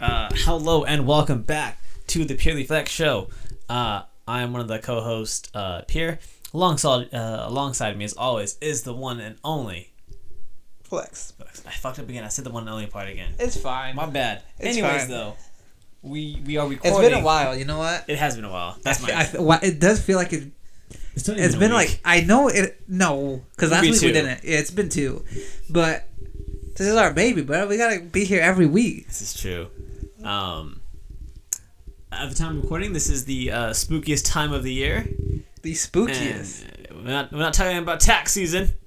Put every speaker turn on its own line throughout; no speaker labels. Uh, Hello and welcome back to the Purely Flex Show. Uh, I am one of the co-hosts, uh, Pierre. Alongside, uh, alongside me, as always, is the one and only.
Flex.
I fucked up again. I said the one and only part again.
It's fine.
My bad.
It's
Anyways,
fine.
though, we we are recording.
It's been a while. You know what?
It has been a while. That's my.
I, why- it does feel like it.
It's, not
It's
even
been
a week.
like I know it. No, because
It'll
last
be
week
two.
we didn't. Yeah, it's been two, but this is our baby, bro. We gotta be here every week.
This is true. Um, at the time of recording, this is the uh, spookiest time of the year.
The
And
spookiest.
we're not we're not talking about tax season.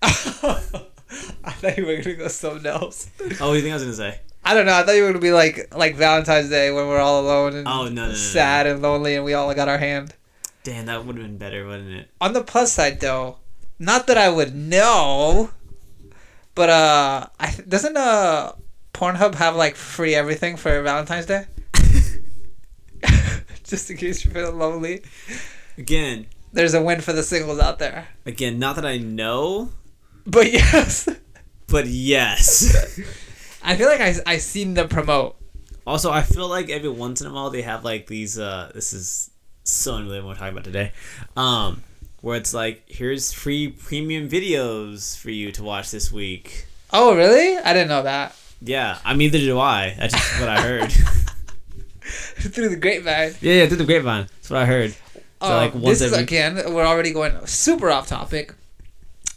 I thought you were gonna go something else.
oh, what do you think I was gonna say?
I don't know. I thought you were gonna be like like Valentine's Day when we're all alone and
Oh, no, no, no, no,
sad and lonely, and we all got our hand.
Damn, that would have been better, wouldn't it?
on the plus side though not that i would know but uh I, doesn't uh pornhub have like free everything for valentine's day just in case you feel lonely
Again,
there's a win for the singles out there
again, not that I know,
but yes
but yes.
i feel like i, I seen them promote
also, I feel like every once in a while they have like these. uh This is so unrelated to what we're talking about today, um, where it's like here's free premium videos for you to watch this week.
oh really i didn't know that
Yeah, I mean, neither do I. That's just what I heard.
through the grapevine
yeah, yeah, through the grapevine. That's what I heard. So
Uh,
like once
this is
every-
again, we're already going super off topic.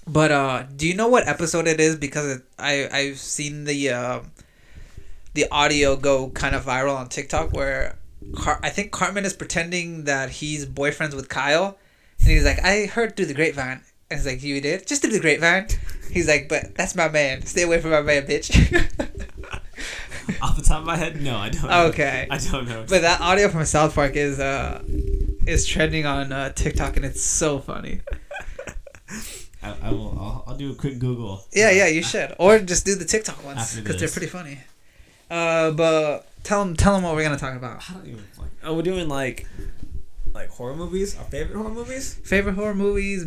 But uh, do you know what episode it is? Because it, I I've seen the uh, the audio go kind of viral on TikTok where Car- I think Cartman is pretending that he's boyfriends with Kyle, and he's like, I heard through the grapevine. And he's like, you did? Just through the grapevine? He's like, but that's my man. Stay away from my man, bitch.
Off the top of my head, no, I don't. know.
Okay.
I don't know.
but that audio from South Park is uh is trending on uh, TikTok and it's so funny.
I, I will. I'll, I'll do a quick Google.
Yeah, yeah, you should. Or just do the TikTok ones
After
because they're
this.
pretty funny. Uh, but tell them, tell them what we're gonna talk about.
I don't even like. Oh, we're doing like, like horror movies. Our favorite horror movies.
Favorite horror movies.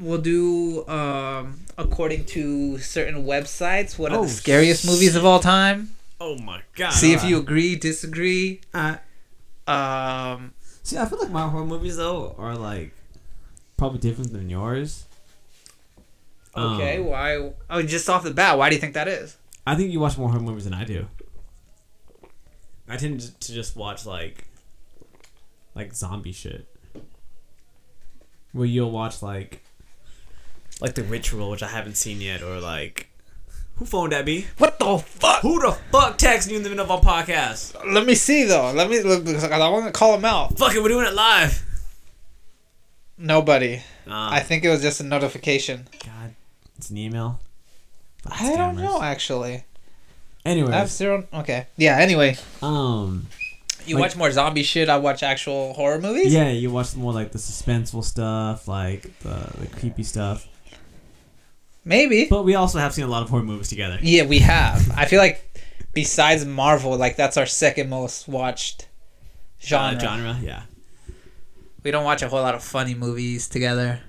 We'll do um, according to certain websites. What are
Oh,
the scariest movies of all time?
Oh my god.
See if you agree, disagree.
Uh,
Um,
see, I feel like my horror movies though are like probably different than yours. Um,
okay, why? Oh, just off the bat, why do you think that is?
I think you watch more horror movies than I do. I tend to- to just watch like, like zombie shit. Where you'll watch like, like the ritual, which I haven't seen yet, or like, who phoned that be?
What the fuck?
Who the fuck texted you in the middle of our podcast?
Let me see though. Let me. Look, because I want to call him out.
Fuck it, we're doing it live.
Nobody.
Uh,
I think it was just a notification.
God, it's an email. Fucking
I don't
scammers.
know actually.
Anyways,
I have zero. Okay. Yeah. Anyway,
um,
you
Like-
watch more zombie shit. I watch actual horror movies.
yeah, you watch more like the suspenseful stuff, like the, the creepy stuff.
Maybe.
But we also have seen a lot of horror movies together.
Yeah, we have. I feel like besides Marvel, like that's our second most watched genre.
Uh, genre, yeah.
We don't watch a whole lot of funny movies together.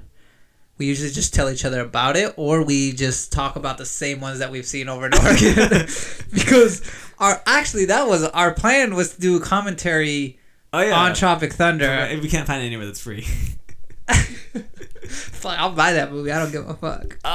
We usually just tell each other about it, or we just talk about the same ones that we've seen over and over again. because our actually that was our plan was to do commentary
Oh yeah.
on Tropic Thunder.
we can't find it anywhere that's free.
Fuck, I'll buy that movie. I don't give a fuck.
Uh,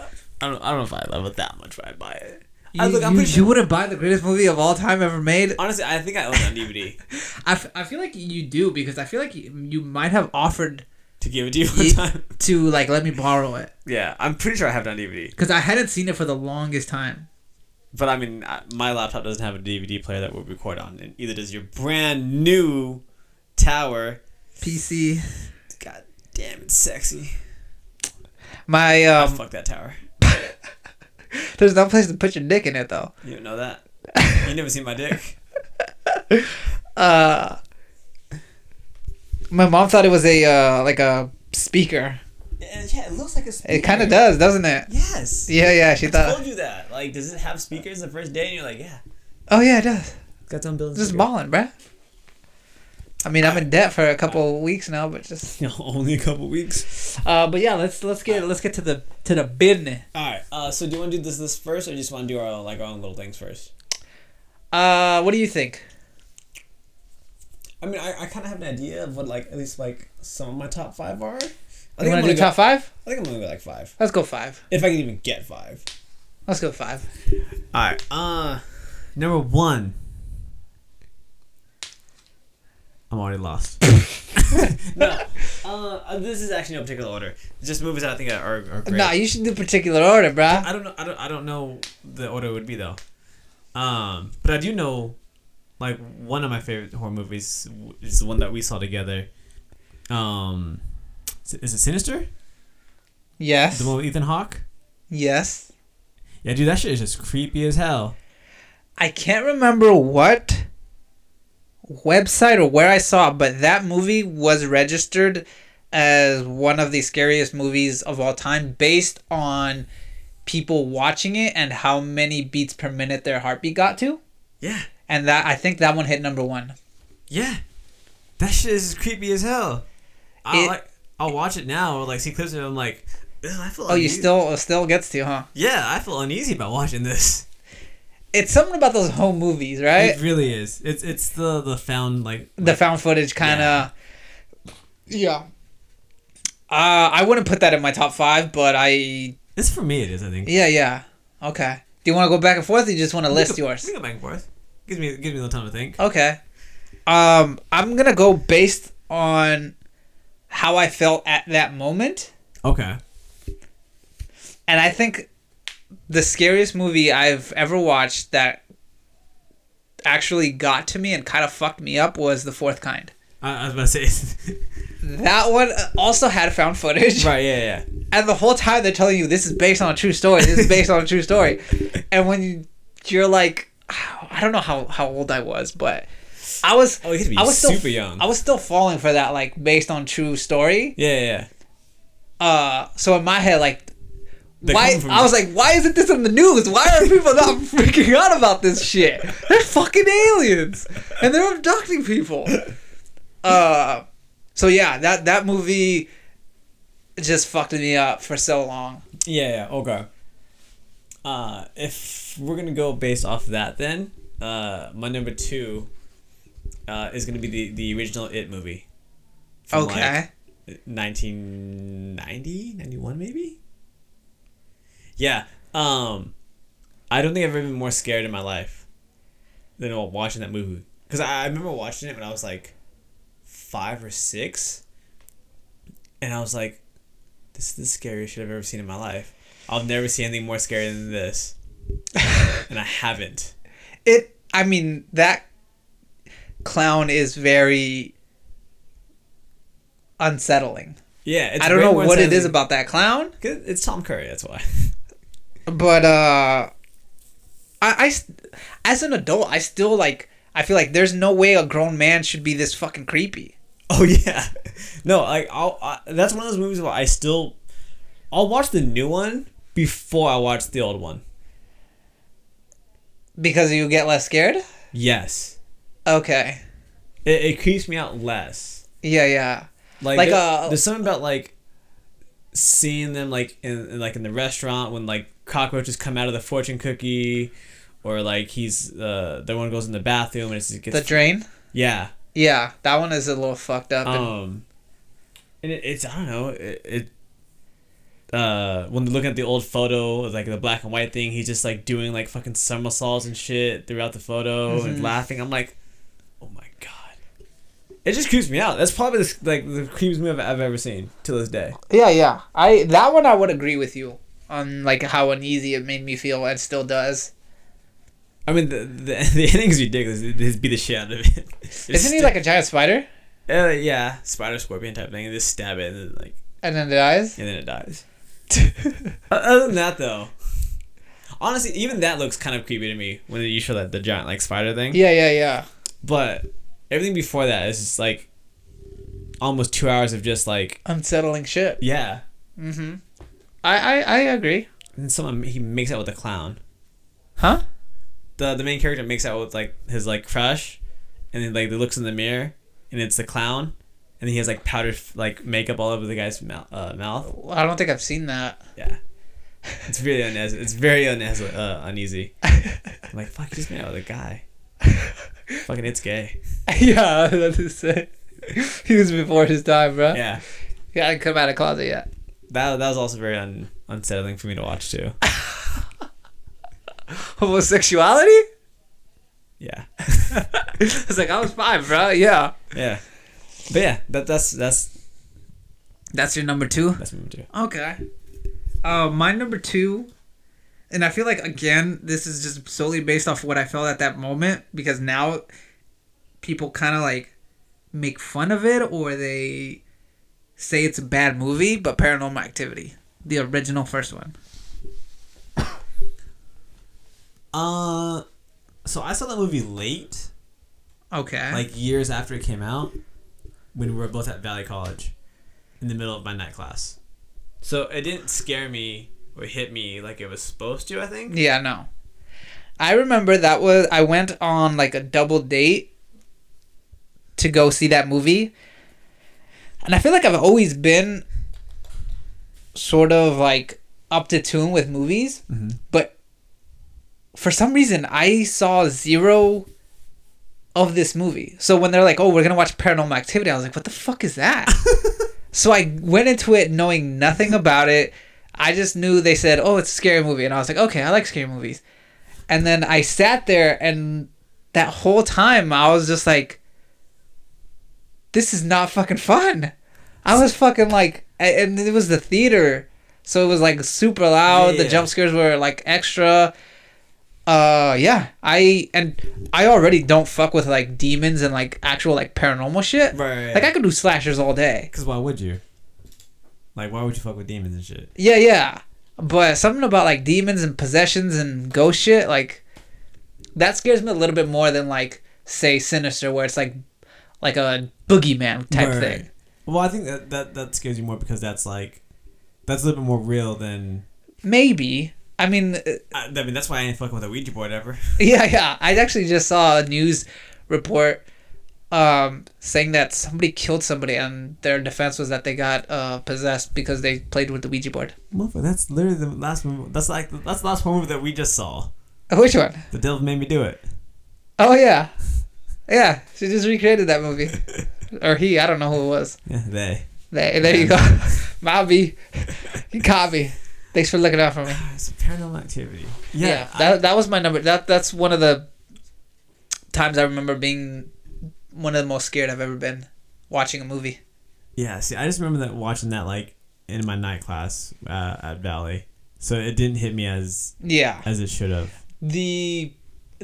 I don't. I don't know if I love it that much, but I buy it.
You,
I, look, I'm
you,
pretty
you
sure.
wouldn't buy the greatest movie of all time ever made.
Honestly, I think I own it on DVD.
I, f- I feel like you do because I feel like you, you might have offered
to give it to you one
Ye-
time.
to like let me borrow it
Yeah, I'm pretty sure I have it on DVD.
because I hadn't seen it for the longest time.
But I mean, I- my laptop doesn't have a DVD player that will record on, and either does your brand new tower.
PC.
God damn, it's sexy.
My
Oh,
um,
fuck that tower.
there's no place to put your dick in it though.
You don't know that. You never seen my dick.
Uh, my mom thought it was a uh like a speaker.
Yeah, yeah, it looks like a speaker.
It kind of does, doesn't it?
Yes.
Yeah, yeah. She
I
thought.
told you that. Like, does it have speakers the first day? And you're like, yeah.
Oh yeah, it does.
It's got its own building.
Just balling, bruh. I mean, I'm in debt for a couple weeks now, but just.
No, only a couple weeks.
Uh, but yeah, let's let's get let's get to the to the business.
All right. Uh, so do you want to do this this first, or just want to do our own, like our own little things first?
Uh, what do you think?
I mean, I, I kind of have an idea of what like at least like some of my top five are. I think
You
I'm
want
gonna
to do
go,
top five?
I think I'm gonna go like five,
Let's go five.
if I can even get five.
Let's go five.
All right. Uh, number one. I'm already lost.
No, uh, this is actually no particular order. Just movies that I think are, are great.
Nah, you should do particular order, bruh.
I don't know. I don't. I don't know the order it would be though. Um, but I do know, like one of my favorite horror movies w- is the one that we saw together. Um, is it- is it Sinister?
Yes.
The one with Ethan Hawke?
Yes.
Yeah, dude, that shit is just creepy as hell.
I can't remember what website or where I saw, it, but that movie was registered as one of the scariest movies of all time based on people watching it and how many beats per minute their heartbeat got to.
Yeah,
And that I think that one hit number one.
yeah, that shit is creepy as hell. I
It-
like. I'll watch it now or like see clips of it. I'm like, "Ugh, I feel.
Oh, you
uneasy."
still still gets to, huh?
Yeah, I feel uneasy about watching this.
It's something about those home movies, right?
It really is. It's it's the the found like
the found footage kind of yeah uh, i wouldn't put that in my top five but i
it's for me. It is. I think.
yeah yeah okay do you want to go back and forth or you just want to
We
list
can-
yours
We can go back and forth. Gives me gives me a little time to think.
okay um i'm gonna go based on how i felt at that moment
Okay.
and i think the scariest movie i've ever watched that actually got to me and kind of fucked me up was the fourth kind
I, I was about to say.
that one uh, also had found footage
right. Yeah. Yeah.
and the whole time they're telling you this is based on a true story this is based on a true story and when you you're like i don't know how, how old i was but i was
Oh, you had to be
i was
super
still,
young.
i was still falling for that like based on true story
yeah, yeah.
uh so in my head like
They're
why
coming from
I
you.
was like, why isn't this in the news? Why are people not freaking out about this shit? They're fucking aliens, and they're abducting people. Uh, so yeah, that that movie just fucked me up for so long.
Yeah, yeah, okay. Uh, if we're gonna go based off that, then uh, my number two uh, is gonna be the, the original It movie. From
Okay.
Like 1990, 91 maybe. Yeah. Um, I don't think I've ever been more scared in my life than while watching that movie. Cause I, I remember watching it when I was like five or six, and I was like, this is the scariest shit I've ever seen in my life. I'll never see anything more scary than this. and I haven't.
It. I mean that clown is very unsettling.
Yeah, it's
I don't
way
know
more
what it is
intimidating.
about that clown,
'Cause It's Tom Curry, that's why.
but uh, I, I st- as an adult, I still like. I feel like there's no way a grown man should be this fucking creepy.
Oh yeah, no, like I'll. I, that's one of those movies where I still, I'll watch the new one before I watch the old one.
Because you get less scared.
Yes,
Okay.
it, it creeps me out less.
Yeah, yeah.
Like,
Like,
there-
uh,
there's something about like seeing them like in in, like in the restaurant when like cockroaches come out of the fortune cookie, or like he's uh the one goes in the bathroom and it's, it gets
The drain.
yeah
Yeah, that one is a little fucked up. and-
um and it, it's I don't know it. it uh, when looking at the old photo, like the black and white thing, he's just like doing like fucking somersaults and shit throughout the photo
Mm-hmm.
and laughing. I'm like, oh my god, it just creeps me out. That's probably the, like the creeps me I've, I've ever seen to this day.
Yeah, yeah. I that one I would agree with you on like how uneasy it made me feel and still does.
I mean, the the, the ending is ridiculous. They just beat the shit out of it. It's
Isn't he like a giant spider?
uh, yeah, spider scorpion type thing? And just stab it and then like
And then it dies.
and then it dies. O- Other than that, though, honestly, even that looks kind of creepy to me when you show that the giant like spider thing.
Yeah, yeah, yeah.
But everything before that is just like almost two hours of just like
Unsettling shit.
yeah.
Mm-hmm. I, I I agree.
And someone he makes out with a clown.
Huh?
The the main character makes out with like his like crush, and then like they looks in the mirror and it's the clown, and he has like powdered like makeup all over the guy's mouth. Uh, mouth.
I don't think I've seen that.
Yeah. It's really uneasy. It's very uneasy. Uh, uneasy. I'm like fuck, he just made out with a guy.
Fucking it's gay.
yeah, that's just it. He was before his time, bro.
Yeah.
He hadn't come out of closet yet.
That, that was also very un, unsettling for me to watch too.
Homosexuality?
Yeah.
I was like, I was five, bro. Yeah.
Yeah. But yeah, that that's that's
That's your number two.
that's number two.
Okay. Uh, my number two, and I feel like again this is just solely based off what I felt at that moment because now people kind of like make fun of it or they say it's a bad movie, but Paranormal Activity, the original first one.
Uh, so I saw that movie late,
Okay.
like years after it came out, when we were both at Valley College, in the middle of my night class. So it didn't scare me or hit me like it was supposed to. I think.
Yeah, no. I remember that was I went on like a double date to go see that movie. And I feel like I've always been sort of like up to tune with movies, but for some reason I saw zero of this movie. So when they're like, "Oh, we're going to watch Paranormal Activity." I was like, "What the fuck is that?" So I went into it knowing nothing about it. I just knew they said, "Oh, it's a scary movie," and I was like, "Okay, I like scary movies." And then I sat there, and that whole time I was just like, "This is not fucking fun." I was fucking like, a- and it was the theater, so it was like super loud. The
Yeah.
jump scares were like extra. Uh, yeah, I and I already don't fuck with like demons and like actual like paranormal shit.
Right, right, right.
Like I could do slashers all day.
Cause why would you? Like, why would you fuck with demons and shit?
Yeah, yeah. But something about like demons and possessions and ghost shit, like that scares me a little bit more than like say Sinister, where it's like like a boogeyman type
Right.
thing.
Well, I think that, that that scares you more because that's like, that's a little bit more real than.
Maybe. I mean, uh,
I, I mean, that's why I ain't fucking with a Ouija board ever.
yeah, yeah. I actually just saw a news report um, saying that somebody killed somebody, and their defense was that they got uh, possessed because they played with the Ouija board.
Motherfucker, that's literally the last movie. That's like that's the last movie that we just saw.
Which one?
The devil made me do it.
Oh yeah, yeah. She just recreated that movie, or he. I don't know who it was.
Yeah, they.
There, there you go. Bobby, you caught me. Thanks for looking out for me.
It's a paranormal activity.
Yeah,
Yeah,
that, that was my number. That That's one of the times I remember being one of the most scared I've ever been watching a movie.
Yeah, see, I just remember that watching that like in my night class uh, at Valley, so it didn't hit me as
Yeah.
as it should have.
The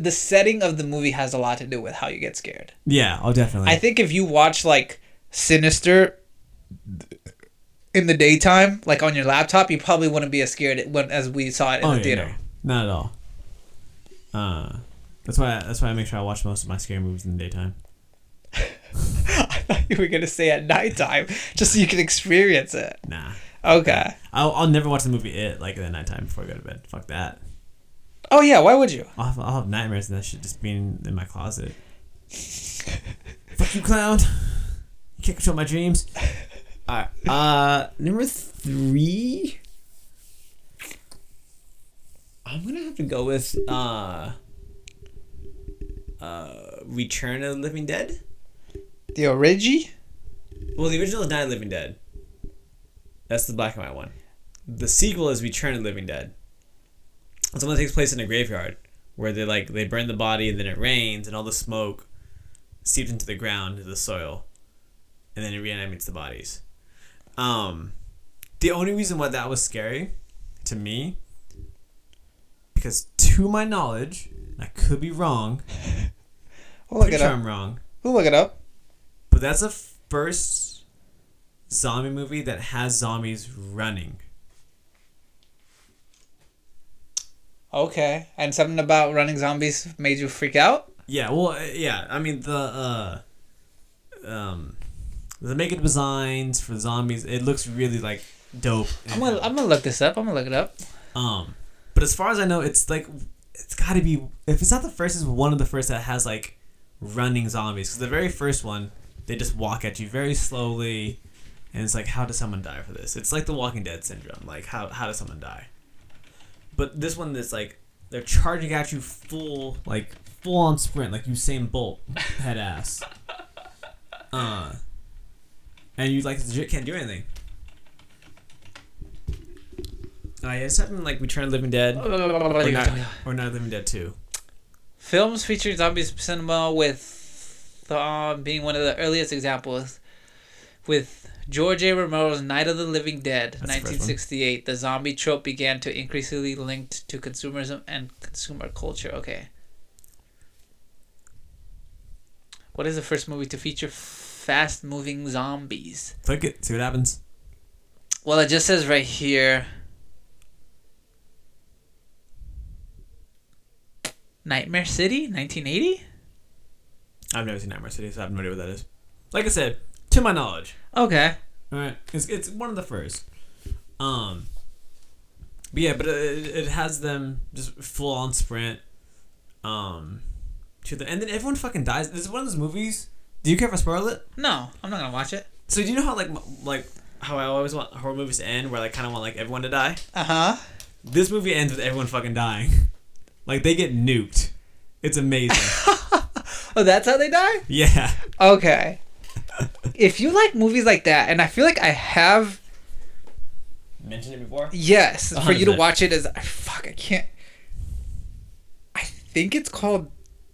the setting of the movie has a lot to do with how you get scared.
Yeah, I'll definitely.
I think if you watch like Sinister in the daytime, like on your laptop, you probably wouldn't be as scared when, as we saw it in
oh,
the
yeah,
theater.
no, not at all. Uh, that's why that's why I make sure I watch most of my scary movies in the daytime.
I thought you were gonna say at nighttime, just so you can experience it.
Nah,
Okay.
I'll, I'll never watch the movie It like in the nighttime before I go to bed. Fuck that.
Oh yeah, why would you?
I'll have, I'll have nightmares and that shit just being in my closet. Fuck you, clown. You can't control my dreams. Alright. Uh, number three.
I'm gonna have to go with uh uh Return of the Living Dead.
The Origi?
Well the original is Night of the Living Dead. That's the black and white one. The sequel is Return of the Living Dead. It's the one that takes place in a graveyard where they like they burn the body and then it rains and all the smoke seeps into the ground into the soil. And then it reanimates the bodies. Um the only reason why that was scary
to me because to my knowledge and i could be wrong
We'll look
pretty
it
sure
up.
i'm wrong
We'll look it up.
but that's the first zombie movie that has zombies running
Okay. And something about running zombies made you freak out?
yeah well uh, yeah i mean the uh um the makeup designs for zombies it looks really like dope
I'm gonna I'm gonna look this up. I'm gonna look it up.
um but as far as i know it's like it's gotta be if it's not the first it's one of the first that has like running zombies because the very first one they just walk at you very slowly and it's like how does someone die for this it's like the walking dead syndrome like how, how does someone die but this one that's like they're charging at you full like full on sprint, like Usain Bolt, head ass. uh, and you like legit can't do anything. Uh, yeah, it's happened like Return of the Living Dead or Night, or Night of the Living Dead Two.
Films featuring zombie cinema with uh, being one of the earliest examples with George A. Romero's Night of the Living Dead,
That's the first one.
1968. The zombie trope began to increasingly linked to consumerism and consumer culture. Okay. What is the first movie to feature fast moving zombies?
Click it, see what happens.
Well, it just says right here Nightmare City, 1980?
I've never seen Nightmare City, so I have no idea what that is. Like I said, to my knowledge,
Okay.
all right, it's it's one of the first. Um, but yeah, but uh, it, it has them just full on sprint. Um, to the and then everyone fucking dies. This is one of those movies. Do you care for Scarlet?
No, I'm not gonna watch it.
So do you know how like m- like how I always want horror movies to end, where I kind of want like everyone to die.
Uh huh.
This movie ends with everyone fucking dying, like they get nuked. It's amazing.
Oh, that's how they die?
yeah.
Okay. if you like movies like that, and I feel like I have,
Mentioned it before.
yes, for you to
100%.
watch it is, fuck, I can't. I think it's called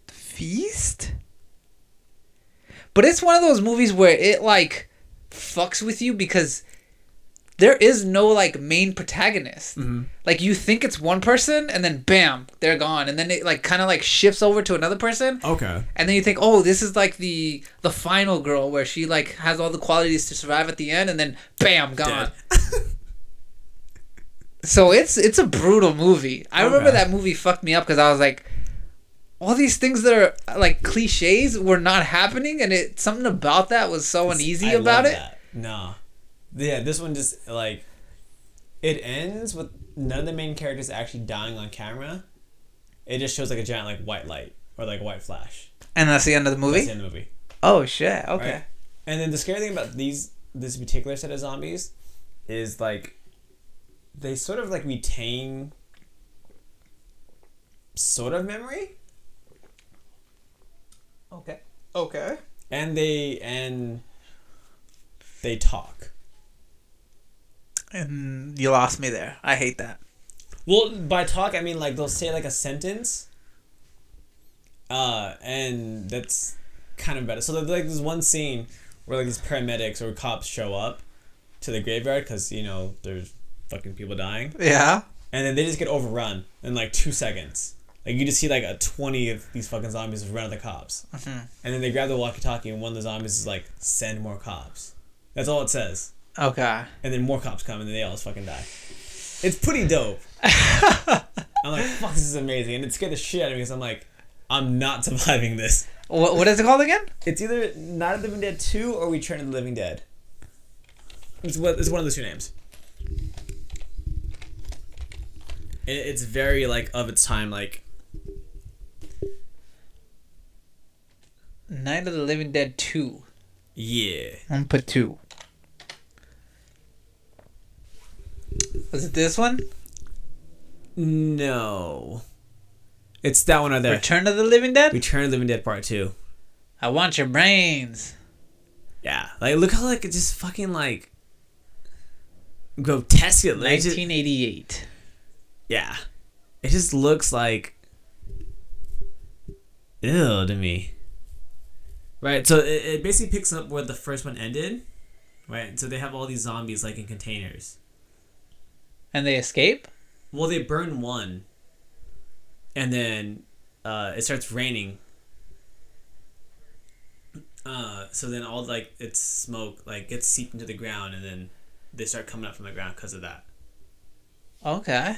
Feast? But it's one of those movies where it, like, fucks with you because there is no, like, main protagonist. Like, you think it's one person, and then bam, they're gone. And then it, like, kind of, like, shifts over to another person.
Okay.
and then you think, oh, this is like the the final girl where she like has all the qualities to survive at the end, and then bam, gone. so it's it's a brutal movie. I remember
Okay.
that movie fucked me up because I was like, all these things that are like cliches were not happening, and it something about that was so uneasy
I love
about it.
that. No. Yeah, this one just like it ends with none of the main characters actually dying on camera. It just shows like a giant like white light or like a white flash.
And that's the end of the movie.
That's the end of the movie.
Oh shit!
Right?
Okay.
And then the scary thing about these this particular set of zombies is like they sort of like retain sort of memory.
Okay. Okay.
And they and they talk.
And you lost me there. I hate that.
Well, by talk I mean like they'll say like a sentence. Uh, and that's kind of better. So there's like this one scene where like these paramedics or cops show up to the graveyard because you know there's fucking people dying,
Yeah.
and then they just get overrun in like two seconds. Like you just see like a twenty of these fucking zombies run at the cops, and then they grab the walkie-talkie, and one of the zombies is like, "Send more cops." That's all it says
Okay.
and then more cops come, and then they all just fucking die. It's pretty dope. I'm like, fuck, this is amazing, and it scared the shit out of me because I'm like, I'm not surviving this.
What what is it called again?
It's either Night of the Living Dead two or Return of the Living Dead. It's what it's one of the two names. And it's very like of its time, like
Night of the Living Dead Two.
yeah.
I'm gonna put two. Was it this one?
No, it's that one right there.
Return of the Living Dead?
Return of the Living Dead Part Two.
I want your brains.
Yeah, like look how like it's just fucking like grotesque. It like, just,
1988.
yeah, it just looks like ill to me. Right, so it, it basically picks up where the first one ended. Right, so they have all these zombies like in containers.
And they escape?
Well, they burn one, and then uh, it starts raining. Uh, so then all like its smoke like gets seeped into the ground, and then they start coming up from the ground because of that.
Okay.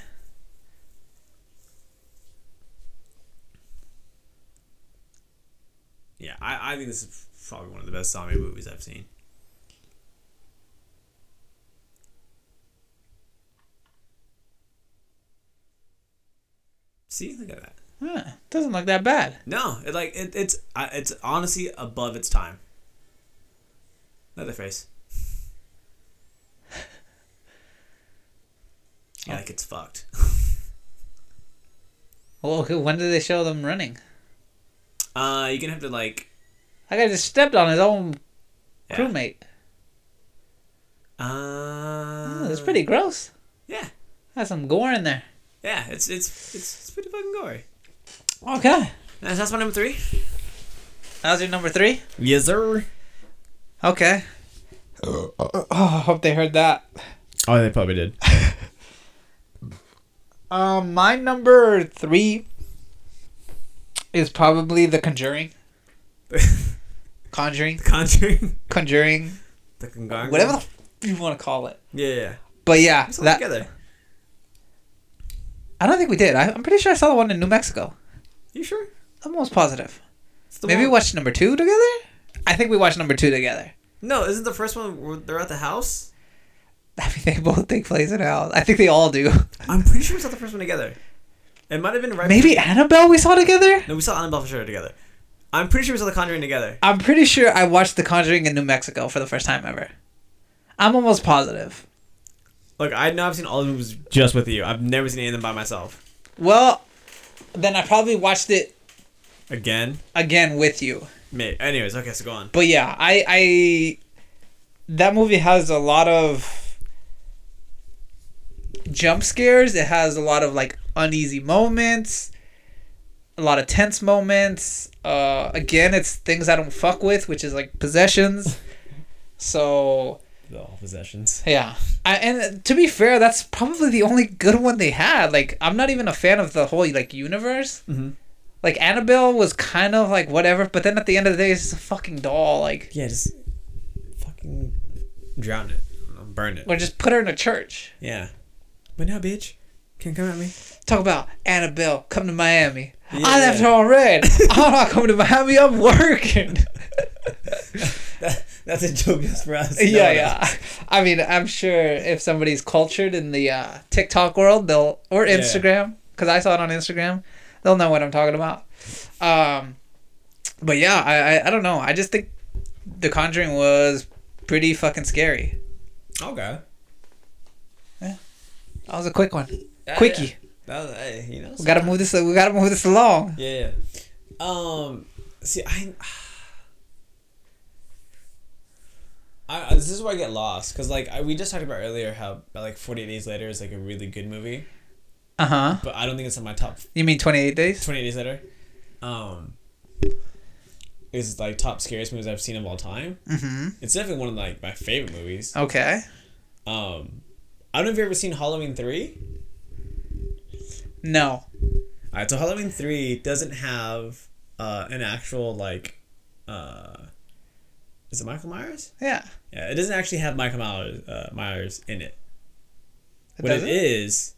Yeah, I, I think this is probably one of the best zombie movies I've seen. See, look at that.
Huh. Doesn't look that bad.
No, it like it, it's I- it's honestly above its time. Leatherface. yeah, like it's fucked.
Well, okay, when did they show them running?
Uh, you're gonna have to like.
That guy just stepped on his own
Yeah.
crewmate.
Uh,
Oh, it's pretty gross.
Yeah,
Has some gore in there.
yeah. It's it's it's, it's pretty fucking gory.
Okay.
That's, that's my number three.
That was your number three?
Yes, sir.
Okay.
Uh,
Oh, I hope they heard that.
Oh, they probably did.
Um, my number three is probably The Conjuring. Conjuring,
Conjuring.
Conjuring,
The Conjuring.
whatever the f- you want to call it.
Yeah, yeah.
But yeah,
It's all
that,
together.
I don't think we did. I, I'm pretty sure I saw the one in New Mexico.
You sure?
I'm almost positive.
It's the
Maybe we
one-
watched number two together. I think we watched number two together.
No, isn't the first one where they're at the house?
I mean, they both take place in hell. I think they all do.
I'm pretty sure we saw the first one together. It might have been right.
Maybe Annabelle we saw together.
No, we saw Annabelle for sure together. I'm pretty sure we saw The Conjuring together.
I'm pretty sure I watched The Conjuring in New Mexico for the first time ever. I'm almost positive.
Look, I know I've seen all the movies just with you. I've never seen any of them by myself.
Well, then I probably watched it
Again,
again with you.
mate. Anyways, okay, so go on.
But yeah, I I that movie has a lot of jump scares. It has a lot of like uneasy moments, a lot of tense moments. Uh again, it's things I don't fuck with, which is like possessions. So,
The all possessions.
yeah. I, and to be fair, that's probably the only good one they had. Like I'm not even a fan of the whole like universe.
Mhm.
Like Annabelle was kind of like whatever, but then at the end of the day, it's just a fucking doll. Like
Yeah, just fucking
Drown it. Burn it.
or just put her in a church.
yeah.
But now, bitch, can't come at me.
Talk about Annabelle, come to Miami. I
Yeah.
left her on red. I'm not coming to Miami. I'm working.
That's a joke just for us.
yeah, yeah. I mean, I'm sure if somebody's cultured in the uh, TikTok world, they'll or
Yeah.
Instagram, because I saw it on Instagram, they'll know what I'm talking about. Um, but yeah, I, I I don't know. I just think The Conjuring was pretty fucking scary.
Okay.
That was a quick one,
Yeah,
quickie.
yeah. That was, hey, you know.
We gotta move this. We gotta move this along.
Yeah, yeah. Um, see, I, I this is where I get lost because like I, we just talked about earlier how like Forty Eight Days Later is like a really good movie,
Uh huh.
but I don't think it's in my top
You mean 28 days?
Twenty Eight Days Later. Um, is like top scariest movies I've seen of all time.
Mm-hmm.
It's definitely one of like my favorite movies.
Okay.
Um, I don't know if you've ever seen Halloween three.
No.
All right, so Halloween three doesn't have uh, an actual like, uh, is it Michael Myers?
Yeah.
Yeah, it doesn't actually have Michael Myers, uh, Myers in it.
It
what
doesn't?
it is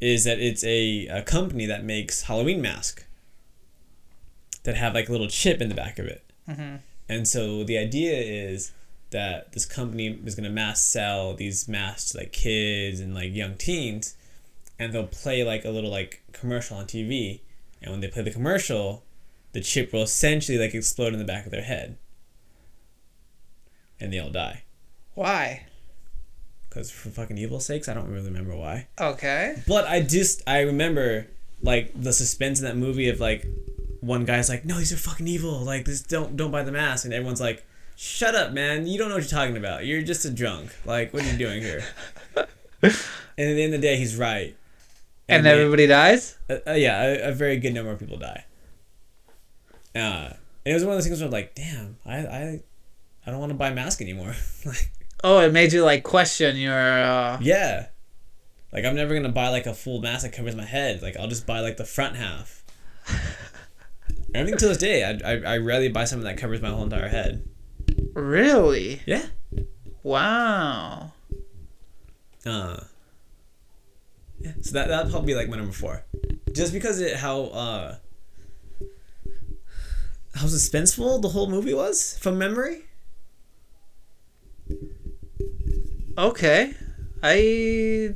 is that it's a, a company that makes Halloween mask that have like a little chip in the back of it.
Mhm.
And so the idea is that this company is going to mass sell these masks to like kids and like young teens and they'll play like a little like commercial on TV and when they play the commercial the chip will essentially like explode in the back of their head and they all die.
Why?
because for fucking evil's sakes, I don't really remember why.
Okay.
But I just I remember like the suspense in that movie of like one guy's like, no, these are fucking evil. Like this, don't don't buy the mask, and everyone's like, shut up, man. You don't know what you're talking about. You're just a drunk. Like what are you doing here? and at the end of the day, he's right.
And,
they-
everybody dies?
uh, uh, yeah, a, a very good number of people die. Uh, and it was one of those things where like, damn, I I, I don't want to buy a mask anymore. like.
Oh, it made you like question your uh
Yeah. Like I'm never gonna buy like a full mask that covers my head. Like I'll just buy like the front half. And I think to this day, I, I, I rarely buy something that covers my whole entire head.
Really?
Yeah.
Wow.
Uh. Yeah. So that that'll probably be like my number four, just because it how uh. How suspenseful the whole movie was from memory.
Okay. I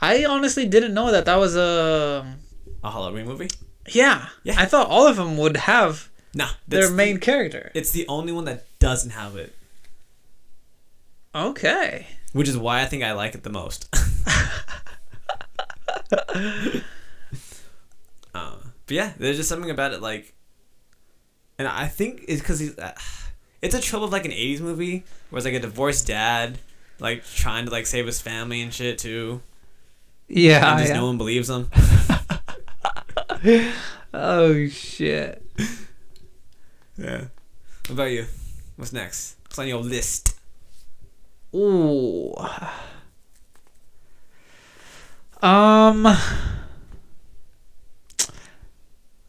I honestly didn't know that that was a
A Halloween movie?
yeah.
Yeah.
I thought all of them would have
Nah,
their
that's the-
main character.
it's the only one that doesn't have it,
Okay.
which is why I think I like it the most. Uh, but yeah, there's just something about it like and I think it's because he's. Uh, it's a trope of like an '80s movie where it's like a divorced dad, like trying to like save his family and shit too,
Yeah.
and just
yeah.
no one believes him.
Oh shit.
Yeah. What about you? What's next? What's on your list?
Ooh. Um.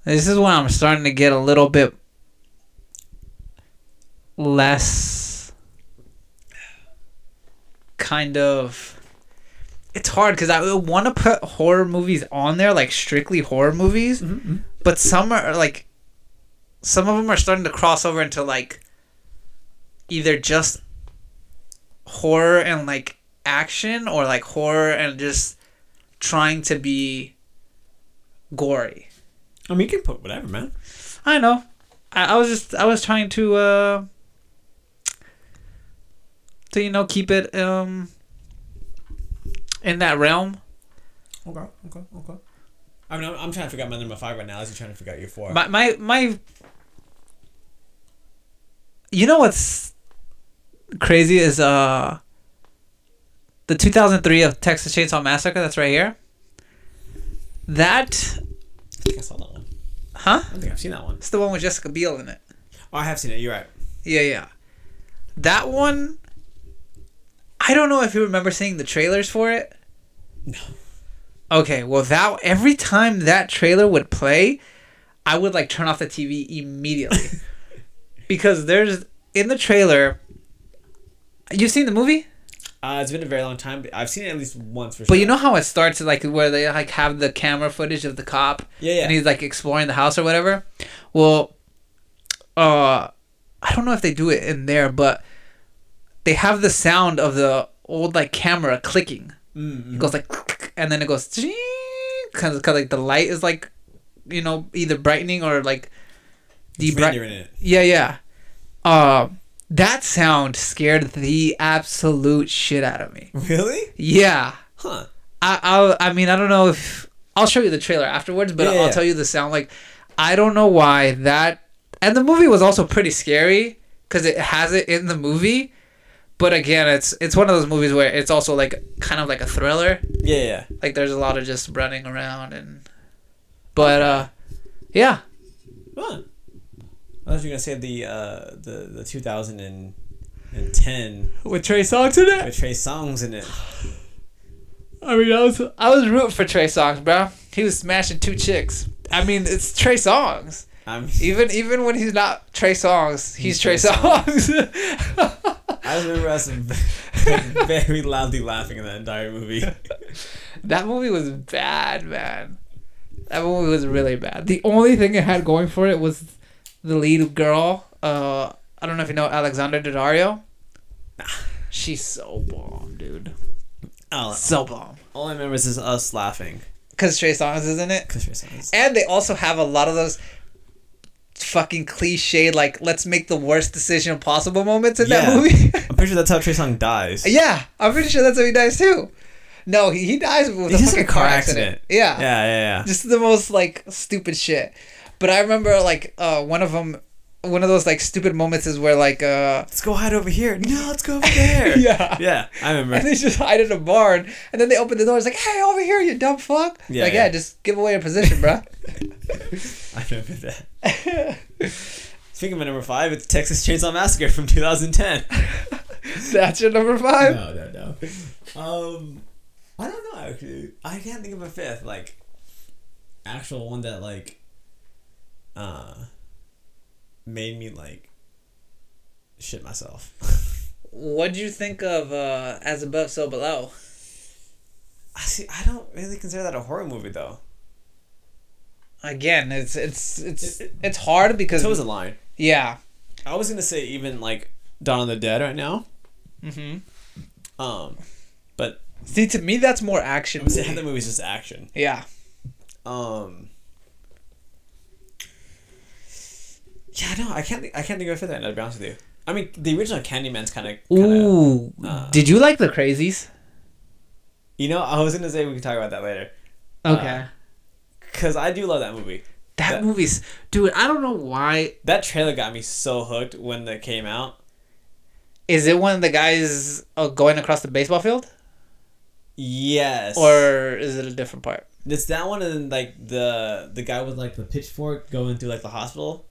This is when I'm starting to get a little bit less kind of. It's hard because I want to put horror movies on there, like strictly horror movies, but some are like. Some of them are starting to cross over into like either just horror and like action or like horror and just trying to be gory.
I mean, you can put whatever, man.
I know. I, I was just I was trying to uh to you know keep it um in that realm.
Okay, okay, okay. I mean, I'm, I'm trying to figure out my number five right now. As you're trying to figure out your four.
My my my You know what's crazy is uh the 2003 of Texas Chainsaw Massacre that's right here. That
I think I saw that one.
huh?
I don't think I've seen that one.
It's the one with Jessica Biel in it.
Oh, I have seen it. You're right.
Yeah, yeah. That one. I don't know if you remember seeing the trailers for it.
No.
Okay, well that every time that trailer would play, I would like turn off the TV immediately. because there's in the trailer You've seen the movie?
Uh, it's been a very long time. But I've seen it at least once for sure.
But you know how it starts like where they like have the camera footage of the cop
Yeah, yeah.
and he's like exploring the house or whatever. Well, uh, I don't know if they do it in there, but they have the sound of the old like camera clicking. It
Mm-mm.
goes like, click, and then it goes, because like the light is like, you know, either brightening or like,
It's
debri-
reindeer in it.
yeah, yeah. Uh, that sound scared the absolute shit out of me.
Really?
Yeah.
Huh.
I, I'll, I mean, I don't know if I'll show you the trailer afterwards, but
Yeah, yeah,
I'll
yeah.
tell you the sound. Like, I don't know why that. And the movie was also pretty scary because it has it in the movie. But again, it's it's one of those movies where it's also like kind of like a thriller.
Yeah, yeah.
Like there's a lot of just running around and. But uh, yeah.
Huh. I thought you were gonna say the uh, the the 2010
With Trey Songz in it,
with Trey Songs in it.
I mean, I was I was rooting for Trey Songz, bro. He was smashing two chicks. I mean, it's Trey Songz.
I'm,
Even even when he's not Trey Songs, he's,
He's
Trey
Trey
Songs.
I remember us very loudly laughing in that entire movie.
that movie was bad, man. That movie was really bad. The only thing it had going for it was the lead girl. Uh, I don't know if you know Alexander Daddario. She's so bomb, dude.
Oh,
So bomb.
all I remember is just us laughing
Cause Trey Songs is in it,
because Trey Songs.
and they also have a lot of those fucking cliche like let's make the worst decision possible moments in that
Yeah.
movie.
I'm pretty sure that's how Trey Song dies.
Uh, Yeah, I'm pretty sure that's how he dies too. No, he, he dies with
He's
a
just in
fucking car accident. Yeah.
Yeah, yeah, yeah.
just the most like stupid shit. But I remember like uh, one of them, one of those like stupid moments is where like uh,
Let's go hide over here. No, let's go over there.
Yeah.
yeah. I
and
remember.
they just hide in a barn, and then they open the door. It's like, hey, over here, you dumb fuck.
Yeah,
like yeah,
yeah.
just give away your position, bruh.
I remember that. Speaking of my number five, it's Texas Chainsaw Massacre from 2010.
That's your number five.
no, no. Um, I don't know actually. I can't think of a fifth like actual one that like uh made me like shit myself.
What do you think of uh, as above, so below?
I see. I don't really consider that a horror movie though.
Again, it's it's it's
It- it-
it's hard because
So was a line.
yeah.
I was gonna say even like Dawn of the Dead right now.
Mm-hmm.
Um, but
See, to me, that's more action.
I would say
movie.
half the movie's just action.
Yeah.
Um. Yeah, no, I can't. Think, I can't think of a fifth right now. To be honest with you, I mean, the original Candyman's kind of. Kinda,
Ooh,
uh,
did you like the Crazies?
you know, I was gonna say we can talk about that later
Okay.
because I do love that movie.
uh, That,
That-
movie's dude. I don't know why.
That trailer got me so hooked when that came out.
Is it one of the guys uh, going across the baseball field,
Yes.
or is it a different part?
it's that one and then, like the the guy with like the pitchfork going through like the hospital.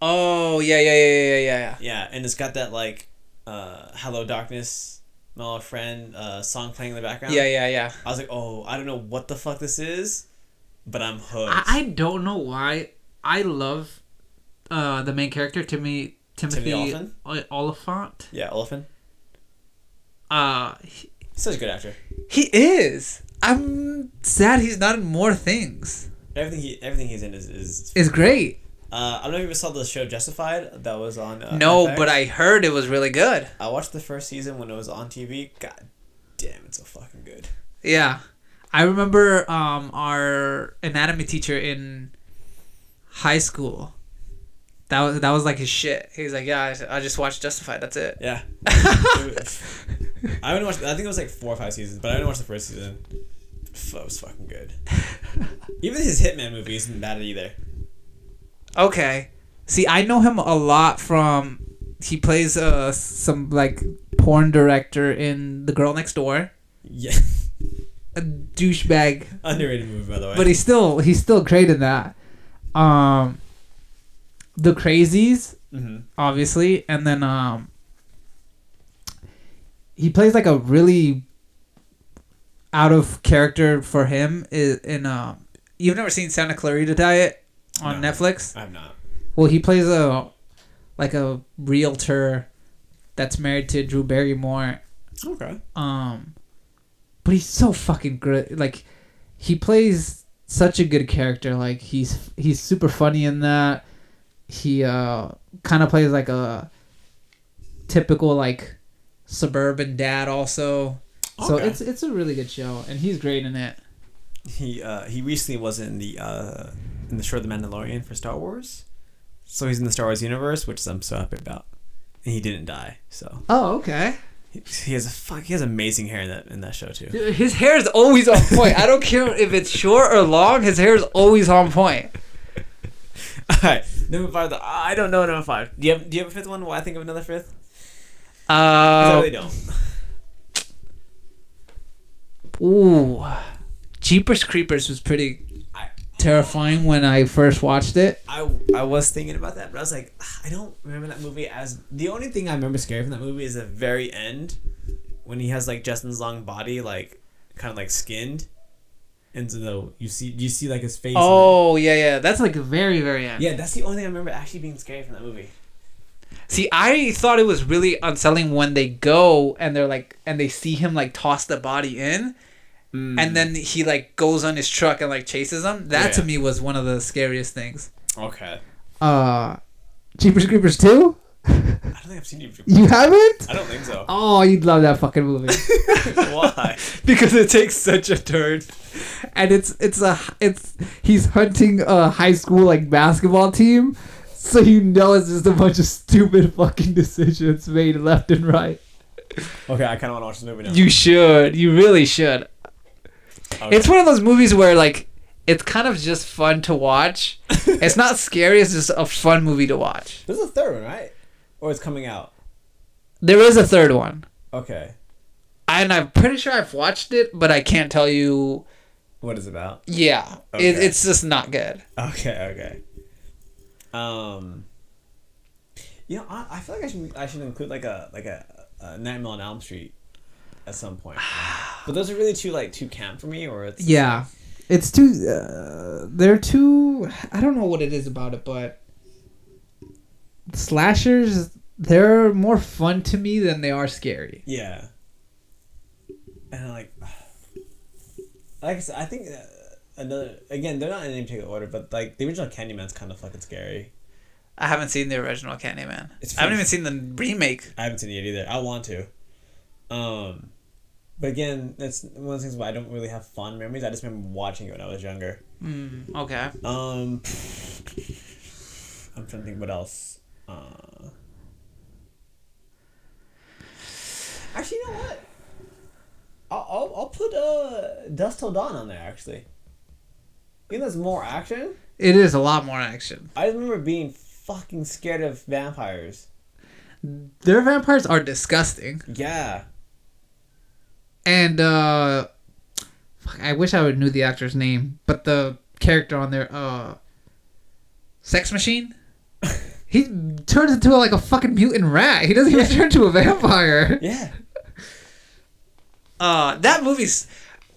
Oh yeah, yeah, yeah, yeah, yeah, yeah.
Yeah, and it's got that like uh Hello Darkness, my Little friend uh song playing in the background.
Yeah, yeah, yeah.
I was like, "Oh, I don't know what the fuck this is, but I'm hooked."
I, I don't know why I love uh, the main character Timmy Timothy
Timothy
Ol- Oliphant.
yeah, Elephant.
Uh, he,
Such a good actor.
he is. I'm sad he's not in more things.
Everything he everything he's in is is.
It's great.
Uh, I don't know if you ever saw the show Justified that was on. Uh,
no,
FX.
but I heard it was really good.
I watched the first season when it was on TV. God damn, it's so fucking good.
Yeah. I remember um, our anatomy teacher in high school. That was that was like his shit. He was like, "Yeah, I s- I just watched Justified. That's it."
Yeah. I only watched. I think it was like four or five seasons, but I only watched the first season. F- That was fucking good. Even his Hitman movie isn't bad either.
Okay. See, I know him a lot from he plays uh some like porn director in The Girl Next Door,
Yeah,
a douchebag,
underrated movie by the way.
but he's still he's still great in that. Um, The Crazies,
hmm
obviously, and then um, he plays like a really out of character for him is in um. You've never seen Santa Clarita Diet on
No.
Netflix?
I'm not.
Well, he plays a like a realtor that's married to Drew Barrymore.
Okay.
Um, but he's so fucking good. Like, he plays such a good character. Like he's he's super funny in that. He uh kind of plays like a typical like suburban dad also. So
Okay.
it's it's a really good show, and he's great in it.
He uh, he recently was in the uh, in the show The Mandalorian for Star Wars, so he's in the Star Wars universe, which I'm so happy about. And he didn't die, so
Oh, okay.
he, he has a fuck. He has amazing hair in that in that show too.
Dude, his hair is always on point. I don't care if it's short or long. His hair is always on point.
All right, number five. The, I don't know number five. Do you have Do you have a fifth one? Why I think of another fifth? 'Cause I
Uh,
really don't.
ooh, Jeepers Creepers was pretty
I-
terrifying when I first watched it.
I I was thinking about that, but I was like, "Ah, I don't remember that movie as the only thing I remember scary from that movie is the very end when he has like Justin's long body like kind of like skinned, and so though you see you see like his face. and-
Oh yeah, yeah, that's like the very very end.
yeah, that's the only thing I remember actually being scary from that movie.
See, I thought it was really unsettling when they go and they're like and they see him like toss the body in, and then he like goes on his truck and like chases them. That to
Yeah.
me was one of the scariest things.
Okay,
Uh, Jeepers Creepers two?
I don't think I've seen you.
You haven't?
I don't think so.
Oh, you'd love that fucking movie.
Why?
because it takes such a turn and it's it's a it's he's hunting a high school like basketball team so you know it's just a bunch of stupid fucking decisions made left and right
Okay, I kind of want to watch this movie now.
you should you really should
Okay.
it's one of those movies where like it's kind of just fun to watch it's not scary it's just a fun movie to watch
There's a third one, right? Or it's coming out.
there is a third one
Okay,
and i'm pretty sure i've watched it but i can't tell you
what is it about?
yeah it,
Okay.
it's just not good
Okay, okay. Um, you know, I, I feel like I should I should include like a like a, a Nightmare on Elm Street at some point. but those are really too like too camp for me, or it's
Yeah, it's too. Uh, they're too. I don't know what it is about it, but slashers they're more fun to me than they are scary.
yeah. And I'm like, like I said, I think uh, another again they're not in any particular order, but like the original Candyman's kind of fucking scary.
I haven't seen the original Candyman.
It's
I
pretty-
haven't even seen the remake.
I haven't seen it either. I want to. Um, but again, that's one of the things why I don't really have fond memories. I just remember watching it when I was younger.
Mm, okay.
Um, I'm trying to think what else. Uh, actually, you know what? I'll, I'll, I'll put uh, Dust Till Dawn on there, actually. You know, there's more action.
It is a lot more action.
I remember being fucking scared of vampires.
Their vampires are disgusting.
Yeah.
And uh fuck, I wish I would knew the actor's name, but the character on there uh Sex Machine? he turns into like a fucking mutant rat. He doesn't even turn into a vampire.
Yeah.
Uh that movie's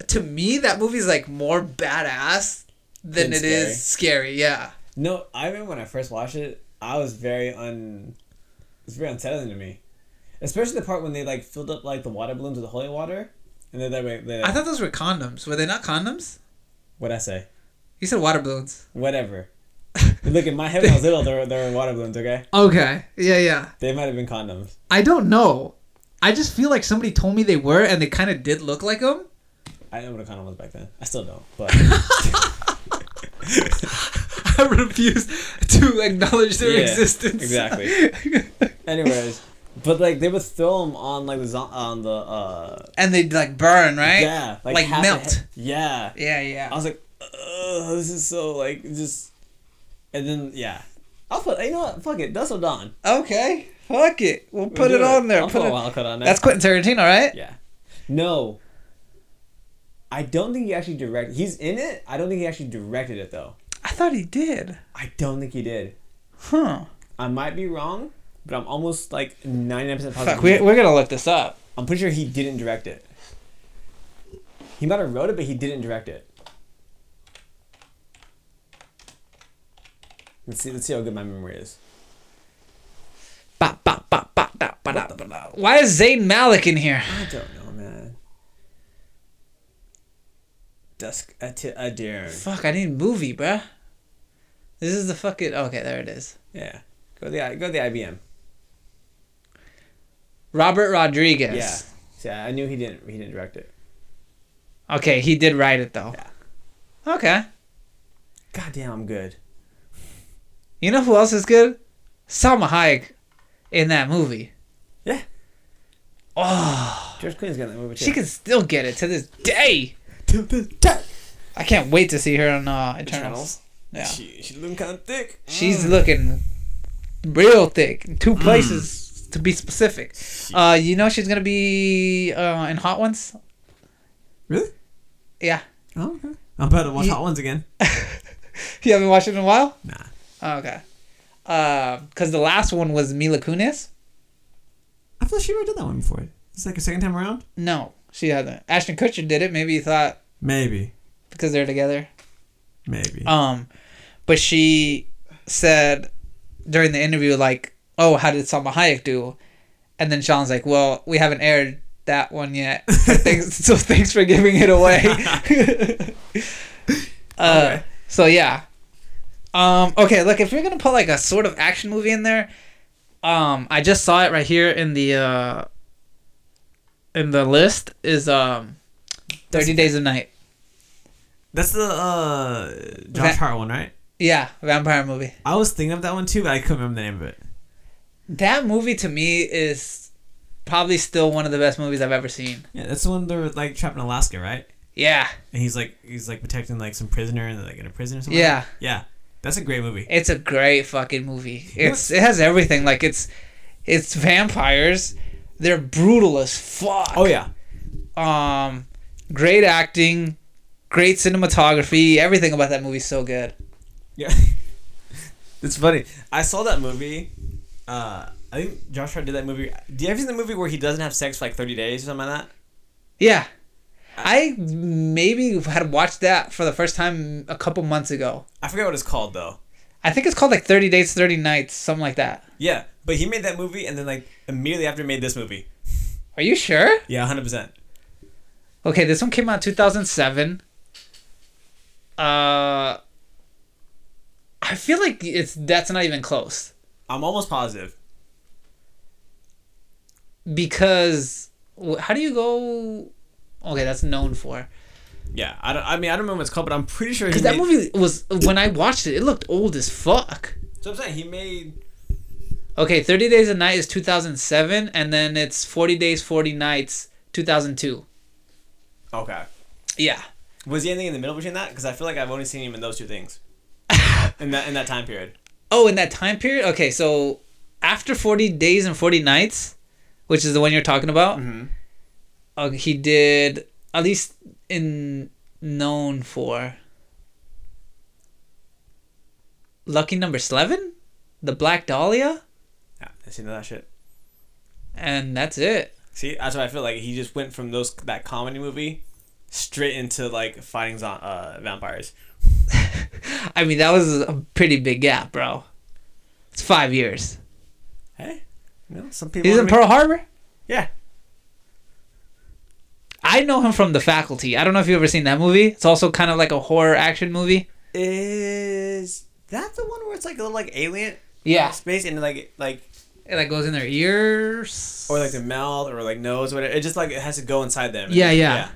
to me that movie's like more badass than
Than
it is scary. Yeah.
No, I remember when I first watched it, I was very un. It was very unsettling to me, especially the part when they like filled up like the water balloons with the holy water, and then that way. They,
I thought those were condoms. Were they not condoms?
what I say,
You said water balloons.
whatever. Look, in my head when I was little, there were, there were water balloons. Okay,
Okay. Yeah, yeah.
they might have been condoms.
I don't know. I just feel like somebody told me they were, and they kind of did look like them.
I didn't know what a condom was back then. I still don't, but
I refuse to acknowledge their
Yeah,
existence.
exactly. anyways, but like they would throw them on like the zo- on the uh
and they like burn, right?
yeah
Like
half the
melt.
he- yeah,
Yeah,
I
yeah.
was like, Ugh, this is so like just, and then yeah, I'll put you know what fuck it, Dust of Dawn.
Okay. Fuck it. We'll
We'll
put
do
it on there.
I'll put
Put
a
it-
wild card on there.
That's Quentin Tarantino, right?
yeah. No, I don't think he actually directed. He's in it. I don't think he actually directed it though.
I thought he did.
I don't think he did.
Huh.
I might be wrong, but I'm almost like 99% positive.
Fuck, we, we're gonna look this up.
I'm pretty sure he didn't direct it. He might have wrote it, but he didn't direct it. Let's see. Let's see how good my memory is.
Ba, ba, ba, ba, da, ba, da, ba, da. Why is Zayn Malik in here?
I don't know, man. Dusk at a Darren.
Fuck, I need a movie, bruh. This is the fucking. Okay, there it is.
Yeah. Go the I- go the IBM.
Robert Rodriguez.
Yeah. Yeah, I knew he didn't he didn't direct it.
Okay, he did write it though. Okay.
Goddamn, I'm good.
You know who else is good? Salma Hayek in that movie.
Yeah.
Oh,
George Clooney's got that movie too.
she can still get it to this day. I can't wait to see her on uh, Eternals.
Eternals.
Yeah.
She she looking kind of thick.
She's
Mm.
looking real thick. in
Mm.
Two places to be specific. Uh, you know she's gonna be uh, in Hot Ones.
Really?
Yeah.
Oh, okay. I'm about to watch
Ye-
Hot Ones again.
You haven't watched it in a while.
Nah.
Oh, okay. Because the last one was Mila Kunis.
I thought she already did that one before. It's like a second time around?
No, she hasn't. Ashton Kutcher did it. Maybe you thought
Maybe.
because they're together.
Maybe.
Um, but she said during the interview, like, "Oh, how did Salma Hayek do?" And then Sean's like, "Well, we haven't aired that one yet. But thanks, so thanks for giving it away." uh,
Okay.
So yeah. Um, okay, look, if you're gonna put like a sort of action movie in there, um, I just saw it right here in the uh, in the list is um, Thirty Days of Night.
That's the uh, Josh
Va-
Hart one, right?
Yeah, vampire movie.
I was thinking of that one too, but I couldn't remember the name of it.
That movie to me is probably still one of the best movies I've ever seen.
Yeah, that's the one they're like trapped in Alaska, right?
Yeah,
And he's like he's like protecting like some prisoner and like in a prison or something.
yeah,
Yeah. That's a great movie.
it's a great fucking movie. It's it has everything. Like it's it's vampires. They're brutal as fuck.
Oh yeah.
Um, great acting, great cinematography. Everything about that movie's so good.
Yeah. it's funny. I saw that movie. Uh, I think Josh Hart did that movie. Do you ever seen the movie where he doesn't have sex for like 30 days or something like that?
Yeah, I maybe had watched that for the first time a couple months ago.
I forget what it's called though.
I think it's called like Thirty Days, Thirty Nights, something like that.
Yeah, but he made that movie and then like immediately after made this movie.
Are you sure?
Yeah, 100%.
Okay, this one came out in 2007. Uh I feel like it's that's not even close
I'm almost positive.
because wh- how do you go Okay, that's known for.
Yeah, I don't. I mean, I don't remember what it's called, but I'm pretty sure. He
Cuz that
made-
movie was when I watched it, it looked old as fuck.
So I'm saying he made.
Okay, 30 Days a Night is 2007 and then it's 40 Days 40 Nights 2002.
Okay.
Yeah.
Was he anything in the middle between that? Because I feel like I've only seen him in those two things. in that in that time period.
Oh, in that time period? Okay, so after 40 days and 40 nights, which is the one you're talking about, uh, he did, at least in known for, Lucky Number 11, The Black Dahlia,
Yeah, I seen that shit.
and that's it.
See, that's why I feel like he just went from those that comedy movie straight into like fighting zo- uh, vampires.
I mean, that was a pretty big gap, bro. It's five years.
Hey, you know, some people.
He's
wanna
in
make-
Pearl Harbor?
yeah,
I know him from The Faculty. I don't know if you've ever seen that movie. It's also kind of like a horror action movie.
is that the one where it's like a little like alien
Yeah.
space and like like
It like goes in their ears.
or like their mouth or like nose whatever. It just like it has to go inside them.
Yeah, yeah,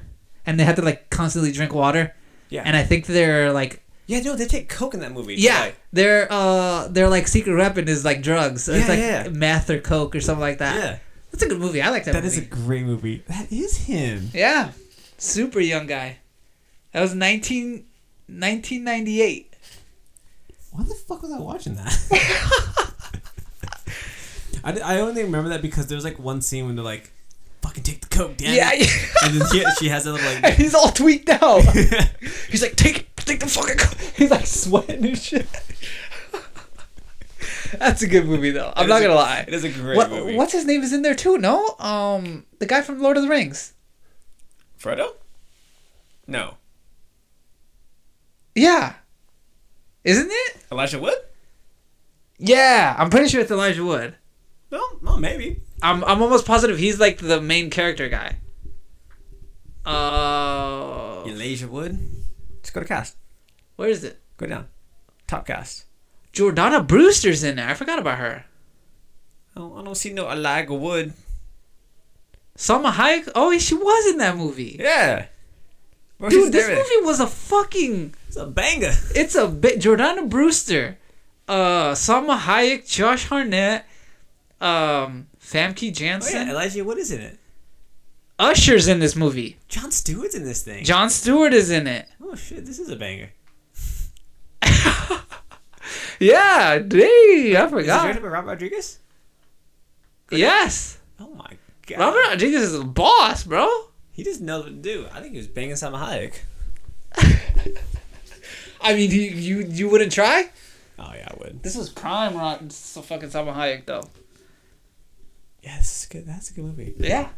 And they have to like constantly drink water.
Yeah.
And I think they're like
yeah, No, they take coke in that movie. to,
yeah,
like-
their uh their like secret weapon is like drugs. So it's
Yeah,
like
yeah.
meth or coke or something like that.
yeah.
That's a good movie. I like that,
That is
movie.
a great movie. That is him.
yeah. Super young guy. That was 19 1998.
Why the fuck was I watching that? I, d- I only remember that because there was like one scene when they're like, "Fucking take the coke, damn."
Yeah.
it."
yeah.
And then she, she has that little
And
like.
he's all tweaked out. He's like, take, take the fucking. co-" He's like sweating and shit. That's a good movie though. I'm
It
not
is a-
gonna lie.
It is a great
What,
movie.
what's his name is in there too? No, um, the guy from Lord of the Rings.
Frodo? No,
Yeah, isn't it?
Elijah Wood?
Yeah, I'm pretty sure it's Elijah Wood.
No, no, maybe.
I'm I'm almost positive he's like the main character guy. Uh,
Oh. Elijah Wood. Just go to cast.
where is it?
Go down. Top cast.
Jordana Brewster's in there. I forgot about her.
Oh, I don't see no Elijah Wood.
Salma Hayek. Oh, she was in that movie.
Yeah. Where's
Dude, this movie was a fucking.
It's a banger.
It's a bit. Jordana Brewster, uh, Salma Hayek, Josh Harnett, um, Famke
Oh yeah,
Janssen.
Elijah Wood is in it.
Usher's in this movie.
John Stewart's in this thing.
John Stewart is in it.
oh shit, this is a banger.
Yeah, dang, I
Is it
forgot.
directed by Robert Rodriguez?
Yes,
Oh my god.
Robert Rodriguez is a boss, bro.
He just knows what to do. I think he was banging Salma Hayek.
I mean, you you, you wouldn't try.
Oh yeah, I would.
This was prime Rod, so fucking Salma Hayek though.
Yes, good. That's a good movie.
Yeah.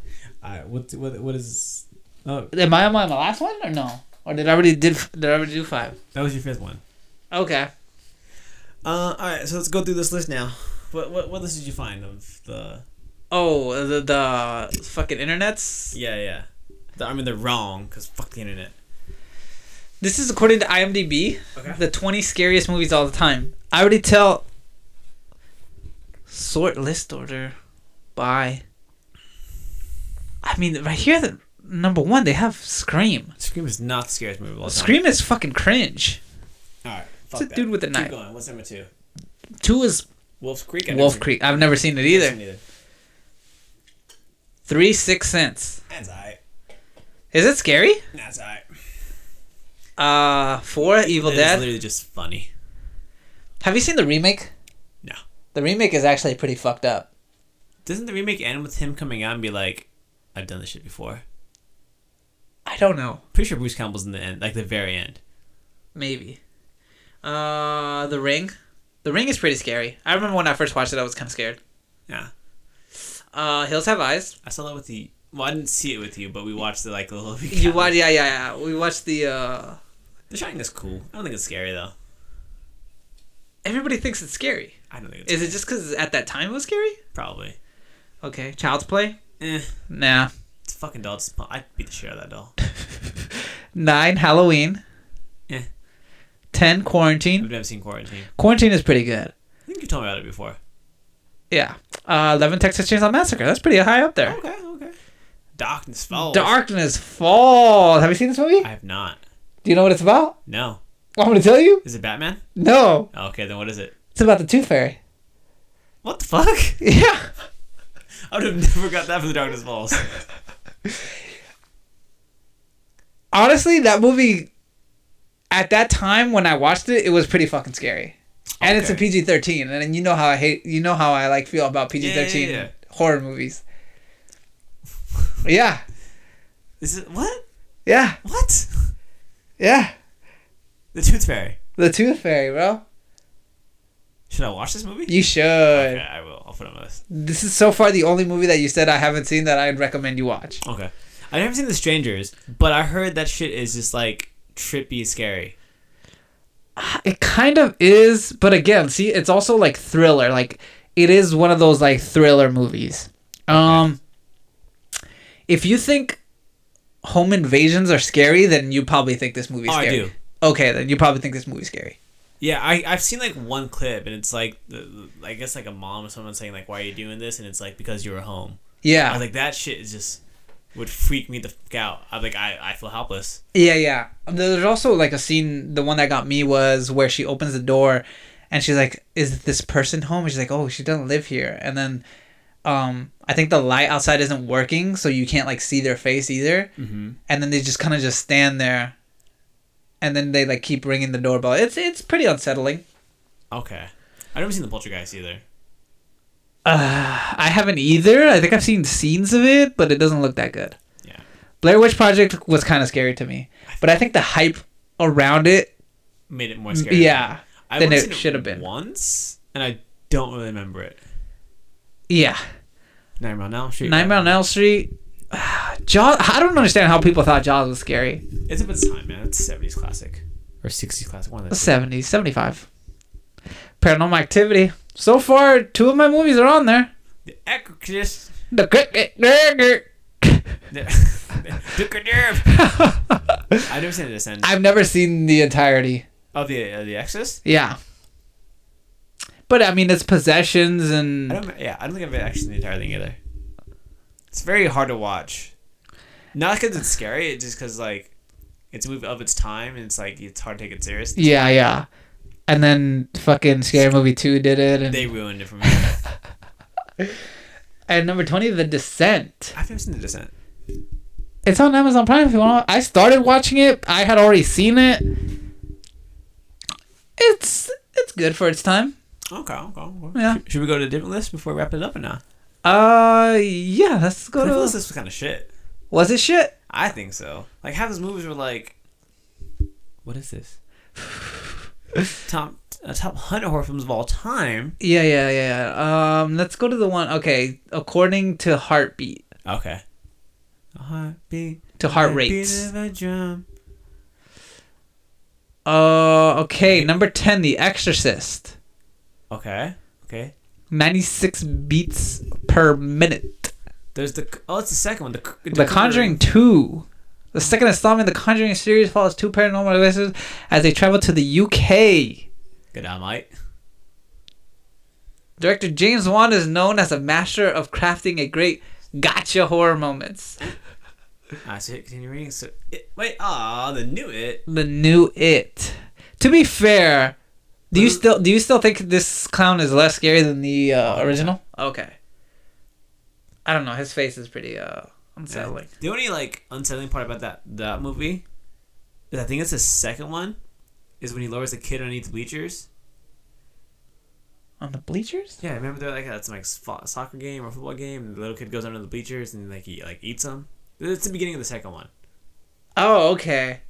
Alright, what what what is? Oh,
Am I on my my last one or no? Or did I already did did I already do five?
that was your fifth one.
Okay.
Uh, all right. So let's go through this list now. What what what list did you find of the?
Oh, the, the fucking internets.
Yeah, yeah. The, I mean, they're wrong because fuck the internet.
This is according to IMDb.
Okay.
The 20 scariest movies all the time. I already tell. Sort list order by. I mean, right here, the number one, they have Scream.
Scream is not the scariest movie of all time.
Scream is fucking cringe.
All right. Fuck
It's a
that.
dude with a
Keep
knife.
going. What's number two?
Two is
Wolf's Creek. I
Wolf
never-
Creek. I've never seen it either.
Neither.
Three, Six Sense.
That's alright.
Is it scary?
That's alright.
Uh, four, Evil
It's
Dead.
literally just funny.
Have you seen the remake?
No.
The remake is actually pretty fucked up.
Doesn't the remake end with him coming out and be like, "I've done this shit before"?
I don't know.
Pretty sure Bruce Campbell's in the end, like the very end.
Maybe. Uh, The Ring. The Ring is pretty scary. I remember when I first watched it, I was kind of scared.
Yeah.
Uh, Hills Have Eyes.
I saw that with the. Well, I didn't see it with you, but we watched it like a little.
You watch? Yeah, yeah, yeah. We watched the. uh
The Shining is cool. I don't think it's scary though.
Everybody thinks it's scary.
I don't think it's
Is it just because at that time it was scary?
probably.
Okay, Child's Play.
Eh,
Nah.
it's a fucking doll. Just, I beat the shit out of that doll.
Nine Halloween.
Eh.
Ten Quarantine.
I've never seen Quarantine.
Quarantine is pretty good.
I think you told me about it before.
Yeah. Uh, Eleven Texas Chainsaw Massacre. That's pretty high up there.
Okay, okay. Darkness falls.
Darkness Falls. Have you seen this movie?
I have not.
Do you know what it's about?
No.
I'm gonna tell you.
Is it Batman?
No.
Oh, okay, then what is it?
It's about the Tooth Fairy.
What the fuck?
Yeah.
I would have never got that from the Darkness Falls.
Honestly, that movie. at that time when I watched it, it was pretty fucking scary. And it's a
Okay.
PG thirteen, and then you know how I hate, you know how I like feel about PG thirteen
yeah, yeah.
horror movies. yeah,
Is it what?
yeah,
What?
yeah.
The Tooth Fairy.
The Tooth Fairy, bro.
Should I watch this movie?
You should.
Okay, I will. I'll put it on my list.
This is so far the only movie that you said I haven't seen that I'd recommend you watch.
Okay. I've never seen The Strangers, but I heard that shit is just like trippy scary.
It kind of is, but again, see, it's also like thriller. Like it is one of those like thriller movies. Um if you think home invasions are scary, then you probably think this movie's
Oh, I
scary.
do.
Okay, then you probably think this movie's scary.
Yeah, I, I've seen like one clip, and it's like, the, the- I guess like a mom or someone saying like, "Why are you doing this?" And it's like because you were home. I
Yeah.
was like, that shit is just would freak me the fuck out. I'm like, I, I feel helpless.
Yeah, yeah. There's also like a scene. The one that got me was where she opens the door, and she's like, "Is this person home?" And she's like, "Oh, she doesn't live here." And then, um, I think the light outside isn't working, so you can't like see their face either. Mm-hmm. And then they just kind of just stand there, and then they like keep ringing the doorbell. It's it's pretty unsettling.
Okay, I've never seen the Poltergeist either.
Uh, I haven't either. I think I've seen scenes of it, but it doesn't look that good.
Yeah,
Blair Witch Project was kind of scary to me, but I think the hype around it,
made it more scary.
Mm, yeah,
I've
than
only
it
seen
should have been.
once, and I don't really remember it.
yeah.
Nightmare on Elm Street.
Nightmare on Elm Street. Jaws. I don't understand how people thought Jaws was scary.
It's a bit of time, man. It's a '70s classic or '60s classic. One of
The
those.
70s, 75. Paranormal Activity. So far, two of my movies are on there.
The Exorcist.
The Cricket Digger.
The I've never seen the Descent.
I've never seen the entirety.
Of the uh, the Exorcist.
Yeah. But I mean, it's possessions
I
and
don't. Yeah, I don't think I've actually seen the entire thing either. It's very hard to watch. Not because it's scary, it's just because like it's a movie of its time, and it's like it's hard to take it serious.
yeah, yeah. And then fucking Scary Movie Two did it, and
They ruined it for me.
and number twenty, The Descent.
I've never seen The Descent.
It's on Amazon Prime if you want. I started watching it. I had already seen it. It's it's good for its time.
Okay, okay. okay.
Yeah.
Should, should we go to a different list before we wrap it up or not?
Uh, yeah. Let's go
I feel like
to.
this was kind of shit.
Was it shit?
I think so. Like half those movies were like, what is this? top uh, top hundred horror films of all time.
Yeah, yeah, yeah. yeah. Um, let's go to the one. Okay, according to heartbeat,
Okay. A heartbeat.
to heart
heartbeat
rates.
of a drum.
Uh, okay, number ten, The Exorcist,
Okay. Okay.
ninety six beats per minute.
There's the oh, it's the second one. The, c-
The Conjuring Two. The second installment in the Conjuring series follows two paranormal investigators as they travel to the UK.
Good night, mate.
Director James Wan is known as a master of crafting a great gotcha horror moments.
I so hit continue reading. So it, wait, ah, the new it.
The new it. To be fair, do you
Mm.
still do you still think this clown is less scary than the uh, original? Okay. I don't know. His face is pretty uh unsettling.
The only like unsettling part about that that movie is I think it's the second one is when he lowers the kid underneath the bleachers.
On the bleachers?
Yeah, remember they're like at some like fo- soccer game or football game, and the little kid goes under the bleachers and like he like eats them. It's the beginning of the second one.
Oh, okay.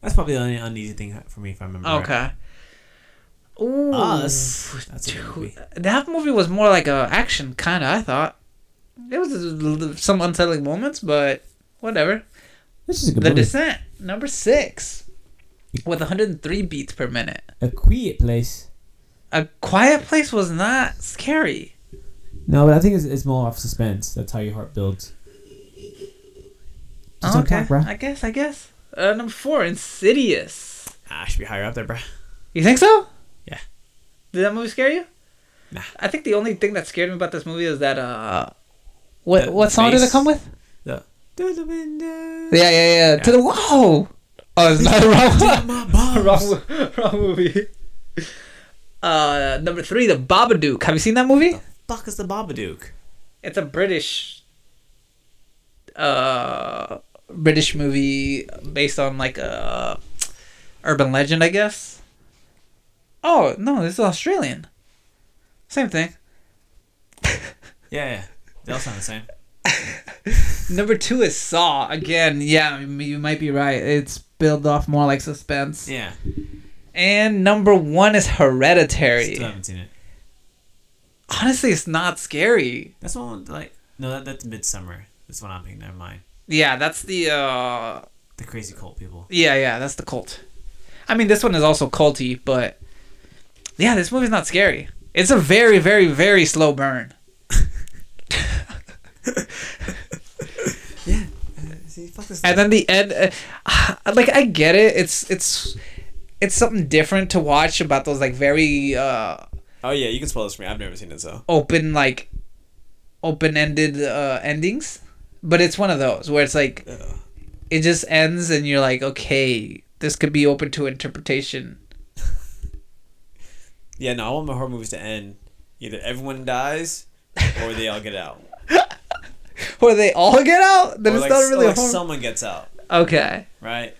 That's probably the only uneasy thing for me if I remember. right.
Okay. Ooh.
Us. That's a good
dude,
movie.
That movie was more like a action kind of. I thought it was uh, some unsettling moments, but whatever.
This is a good
The
movie.
Descent, number six, with 103 beats per minute.
a quiet place.
A Quiet Place was not scary.
No, but I think it's, it's more off suspense. That's how your heart builds. Just
Oh,
on
okay,
top, bruh.
I guess, I guess. Uh, number four, Insidious.
Ah, I should be higher up there, bruh.
You think so?
Yeah.
Did that movie scare you?
Nah.
I think the only thing that scared me about this movie is that uh, what
The-
what
the
song did it
face?
come with?
The through the window.
Yeah, yeah, yeah. To the whoa. Oh, it's not
Dig
wrong.
my balls.
wrong, mo- wrong movie. Uh, number three, The Babadook. Have you seen that movie?
Fuck is the Babadook?
it's a British uh British movie based on like a urban legend, I guess. Oh no, this is Australian. Same thing.
Yeah, yeah. They all sound the same.
Number two is Saw. Again, yeah, you you might be right. It's built off more like suspense.
Yeah.
And number one is Hereditary.
Still haven't seen it.
Honestly, it's not scary.
That's one like no, that, that's Midsummer. That's what I'm thinking. Never mind.
Yeah, that's the uh
The crazy cult people.
Yeah, yeah, that's the cult. I mean, this one is also culty, but yeah, this movie's not scary. It's a very, very, very slow burn.
See, fuck this.
And then the end, uh, like I get it. It's it's it's something different to watch about those like very uh
Oh yeah, you can spoil this for me. I've never seen it so.
open like open-ended uh endings, but it's one of those where it's like
Ugh.
it just ends and you're like, okay, this could be open to interpretation.
Yeah, no, I want my horror movies to end. Either everyone dies, or they all get out.
Or they all get out. Then
or
it's
like,
not
or
really a
like
horror.
someone gets out,
okay.
right?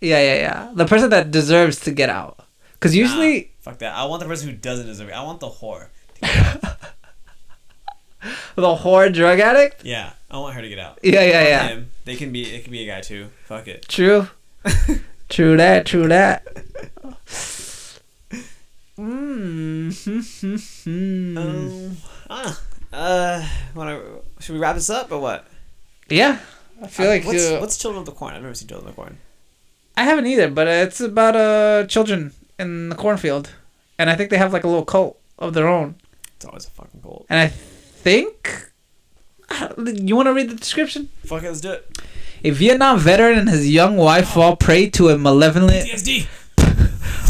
Yeah, yeah, yeah. The person that deserves to get out. Because
Nah,
usually,
fuck that. I want the person who doesn't deserve it. I want the whore.
the whore drug addict.
Yeah, I want her to get out.
Yeah, yeah,
Fuck
yeah.
him. They can be. It can be a guy too. Fuck it.
True. true that. True that.
Hmm.
Mm.
Um. Ah. Uh. Wanna? Should we wrap this up or what?
yeah, I feel like
what's,
uh,
what's Children of the Corn? I've never seen Children of the Corn.
I haven't either, but uh, it's about uh children in the cornfield, and I think they have like a little cult of their own,
It's always a fucking cold.
and I think. You want to read the description?
Fuck it. Let's do it.
A Vietnam veteran and his young wife
Oh.
fall prey to a malevolent
PTSD.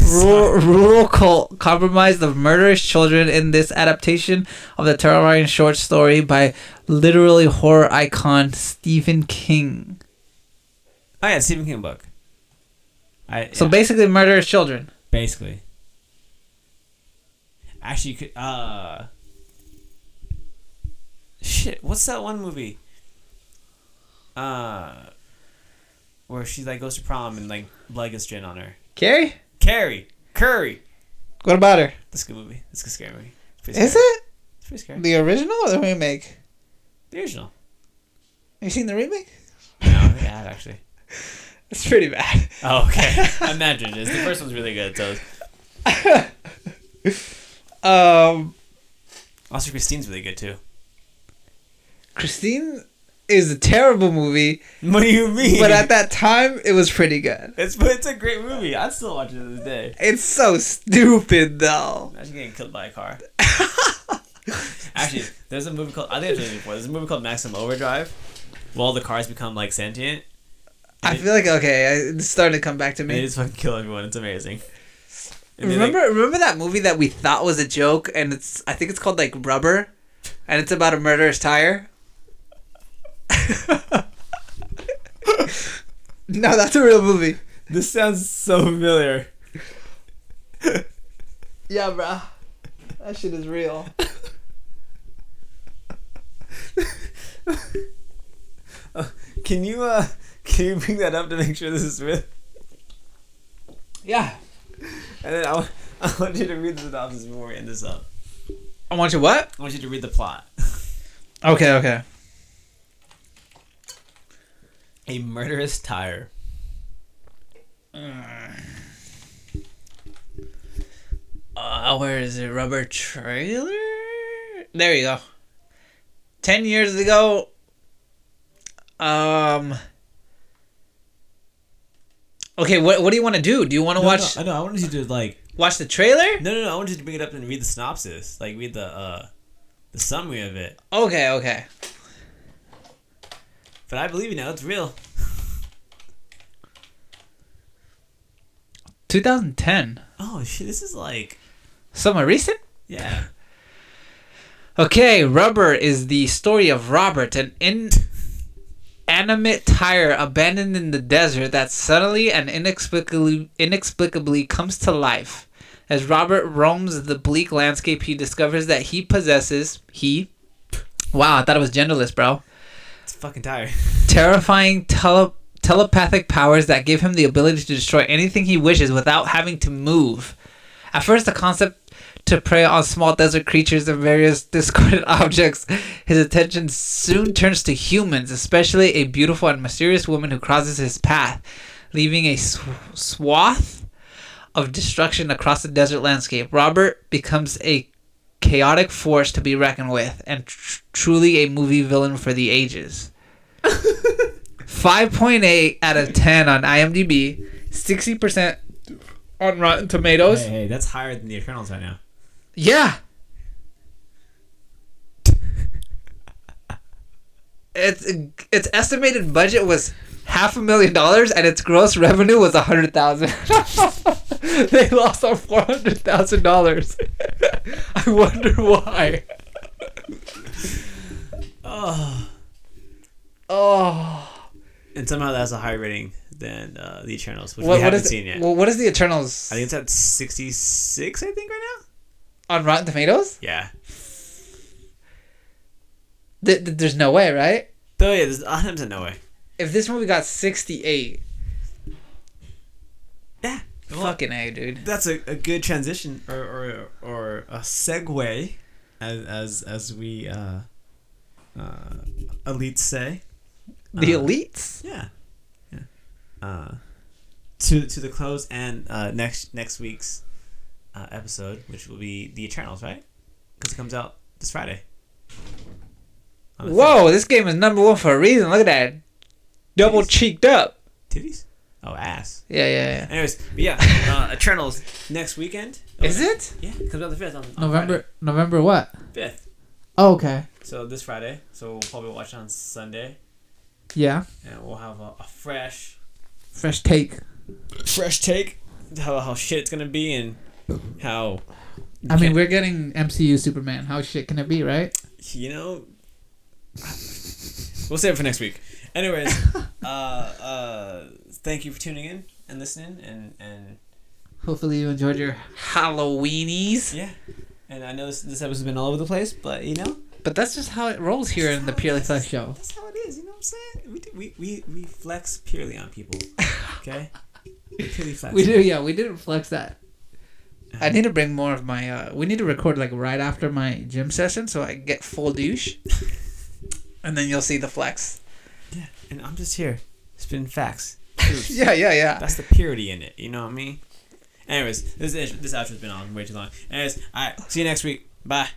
rural, rural cult comprised of murderous children in this adaptation of the terrifying short story by literally horror icon Stephen King.
Oh yeah, Stephen King book. I
So
yeah,
basically, murderous children.
basically. Actually, you could. Uh. Shit. What's that one movie? Uh. Where she like goes to prom and like blood gets drained on her.
Carrie,
Carrie. Curry.
what about her?
That's a good movie. That's a good scary movie. It's pretty
Is
scary.
it
It's pretty scary.
the original or the remake?
The original.
Have you seen the remake?
No, I think I have actually.
It's pretty bad.
Oh, okay. I imagine it is. The first one's really good. So
Um,
also Christine's really good too.
Christine is a terrible movie,
What do you mean?
but at that time, it was pretty good.
it's but it's a great movie. I still watch it to this day.
It's so stupid though.
Imagine getting killed by a car. Actually, there's a movie called I think I've told you before. There's a movie called Maximum Overdrive. Where all the cars become like sentient.
I feel like okay, I- it's starting to come back to me.
And they just fucking kill everyone. It's amazing. And they, like-
Remember, remember that movie that we thought was a joke, and it's I think it's called like Rubber, and it's about a murderous tire. no, that's a real movie.
this sounds so familiar.
Yeah, bro, that shit is real.
Can you uh can you bring that up to make sure this is real?
Yeah,
And then I want, I want you to read the synopsis before we end this up.
I want you what?
I want you to read the plot.
Okay, okay.
A murderous tire.
Uh, where is it? Rubber trailer? There you go. Ten years ago, um. Okay, what what do you want to do? Do you want to watch
No, no, I wanted you to like.
watch the trailer?
No, no, no. I wanted you to bring it up and read the synopsis. Like read the uh, the summary of it.
Okay, okay.
But I believe you now. It's real.
2010.
Oh shit! This is like.
Somewhat recent?
Yeah.
Okay, Rubber is the story of Robert, an inanimate tire abandoned in the desert that suddenly and inexplicably, inexplicably comes to life. As Robert roams the bleak landscape, he discovers that he possesses he. Wow, I thought it was genderless, bro.
It's a fucking tire.
Terrifying tele- telepathic powers that give him the ability to destroy anything he wishes without having to move. At first, the concept to prey on small desert creatures and various discarded objects, his attention soon turns to humans, especially a beautiful and mysterious woman who crosses his path, leaving a sw- swath of destruction across the desert landscape. Robert becomes a chaotic force to be reckoned with and tr- truly a movie villain for the ages. 5.8 out of 10 on IMDb, 60% on Rotten Tomatoes.
Hey, hey, that's higher than the Eternals right now.
Yeah. its its estimated budget was half a million dollars, and its gross revenue was a hundred thousand. they lost on four hundred thousand dollars. I wonder why.
Oh.
Oh,
And somehow that's a higher rating than uh, the Eternals, which
what,
we
what
haven't
is
seen yet.
well, what is the Eternals
I think it's at 66, I think, right now?
on Rotten Tomatoes?
Yeah.
Th- th- there's no way, right?
Though, yeah, there's items in no way.
If this movie got sixty-eight,
Yeah. Well,
fucking a, dude.
That's a, a good transition.
Or or or a segue, as as as we uh, uh, elites say.
The
Uh,
Uh-huh.
elites.
Yeah. Yeah. Uh, to to the close and uh, next next week's uh, episode, which will be the Eternals, right? Because it comes out this Friday. On the
Whoa, this game is number one for a reason. Look at that. Double cheeked up.
third. Titties? Oh, ass.
Yeah, yeah,
Anyways, but yeah, uh, Eternals next weekend.
yeah. Is it?
Yeah, it comes out the fifth. On, on
November what?
fifth.
Oh, okay.
So this Friday. So we'll probably watch it on Sunday,
Yeah.
and we'll have a, a fresh,
Fresh take.
Fresh take. How, how shit it's going to be and how,
I
mean,
we're getting MCU Superman. How shit can it be, right?
you know. we'll save it for next week. Anyways, uh, uh, thank you for tuning in and listening and. and
Hopefully you enjoyed your Halloweenies.
Yeah, and I know this, this episode's been all over the place, but you know
But that's just how it rolls here in the Purely Flex Show.
that's how it is. You know what I'm saying? We do, we, we we flex purely on people. Okay, we purely flex.
We do, yeah, we didn't flex that. I need to bring more of my. Uh, we need to record like right after my gym session so I get full douche. and then you'll see the flex.
Yeah, and I'm just here spitting facts.
Yeah, yeah, yeah.
That's the purity in it. You know what I mean? Anyways, this is- this outro's been on way too long. Anyways, all right. See you next week. Bye.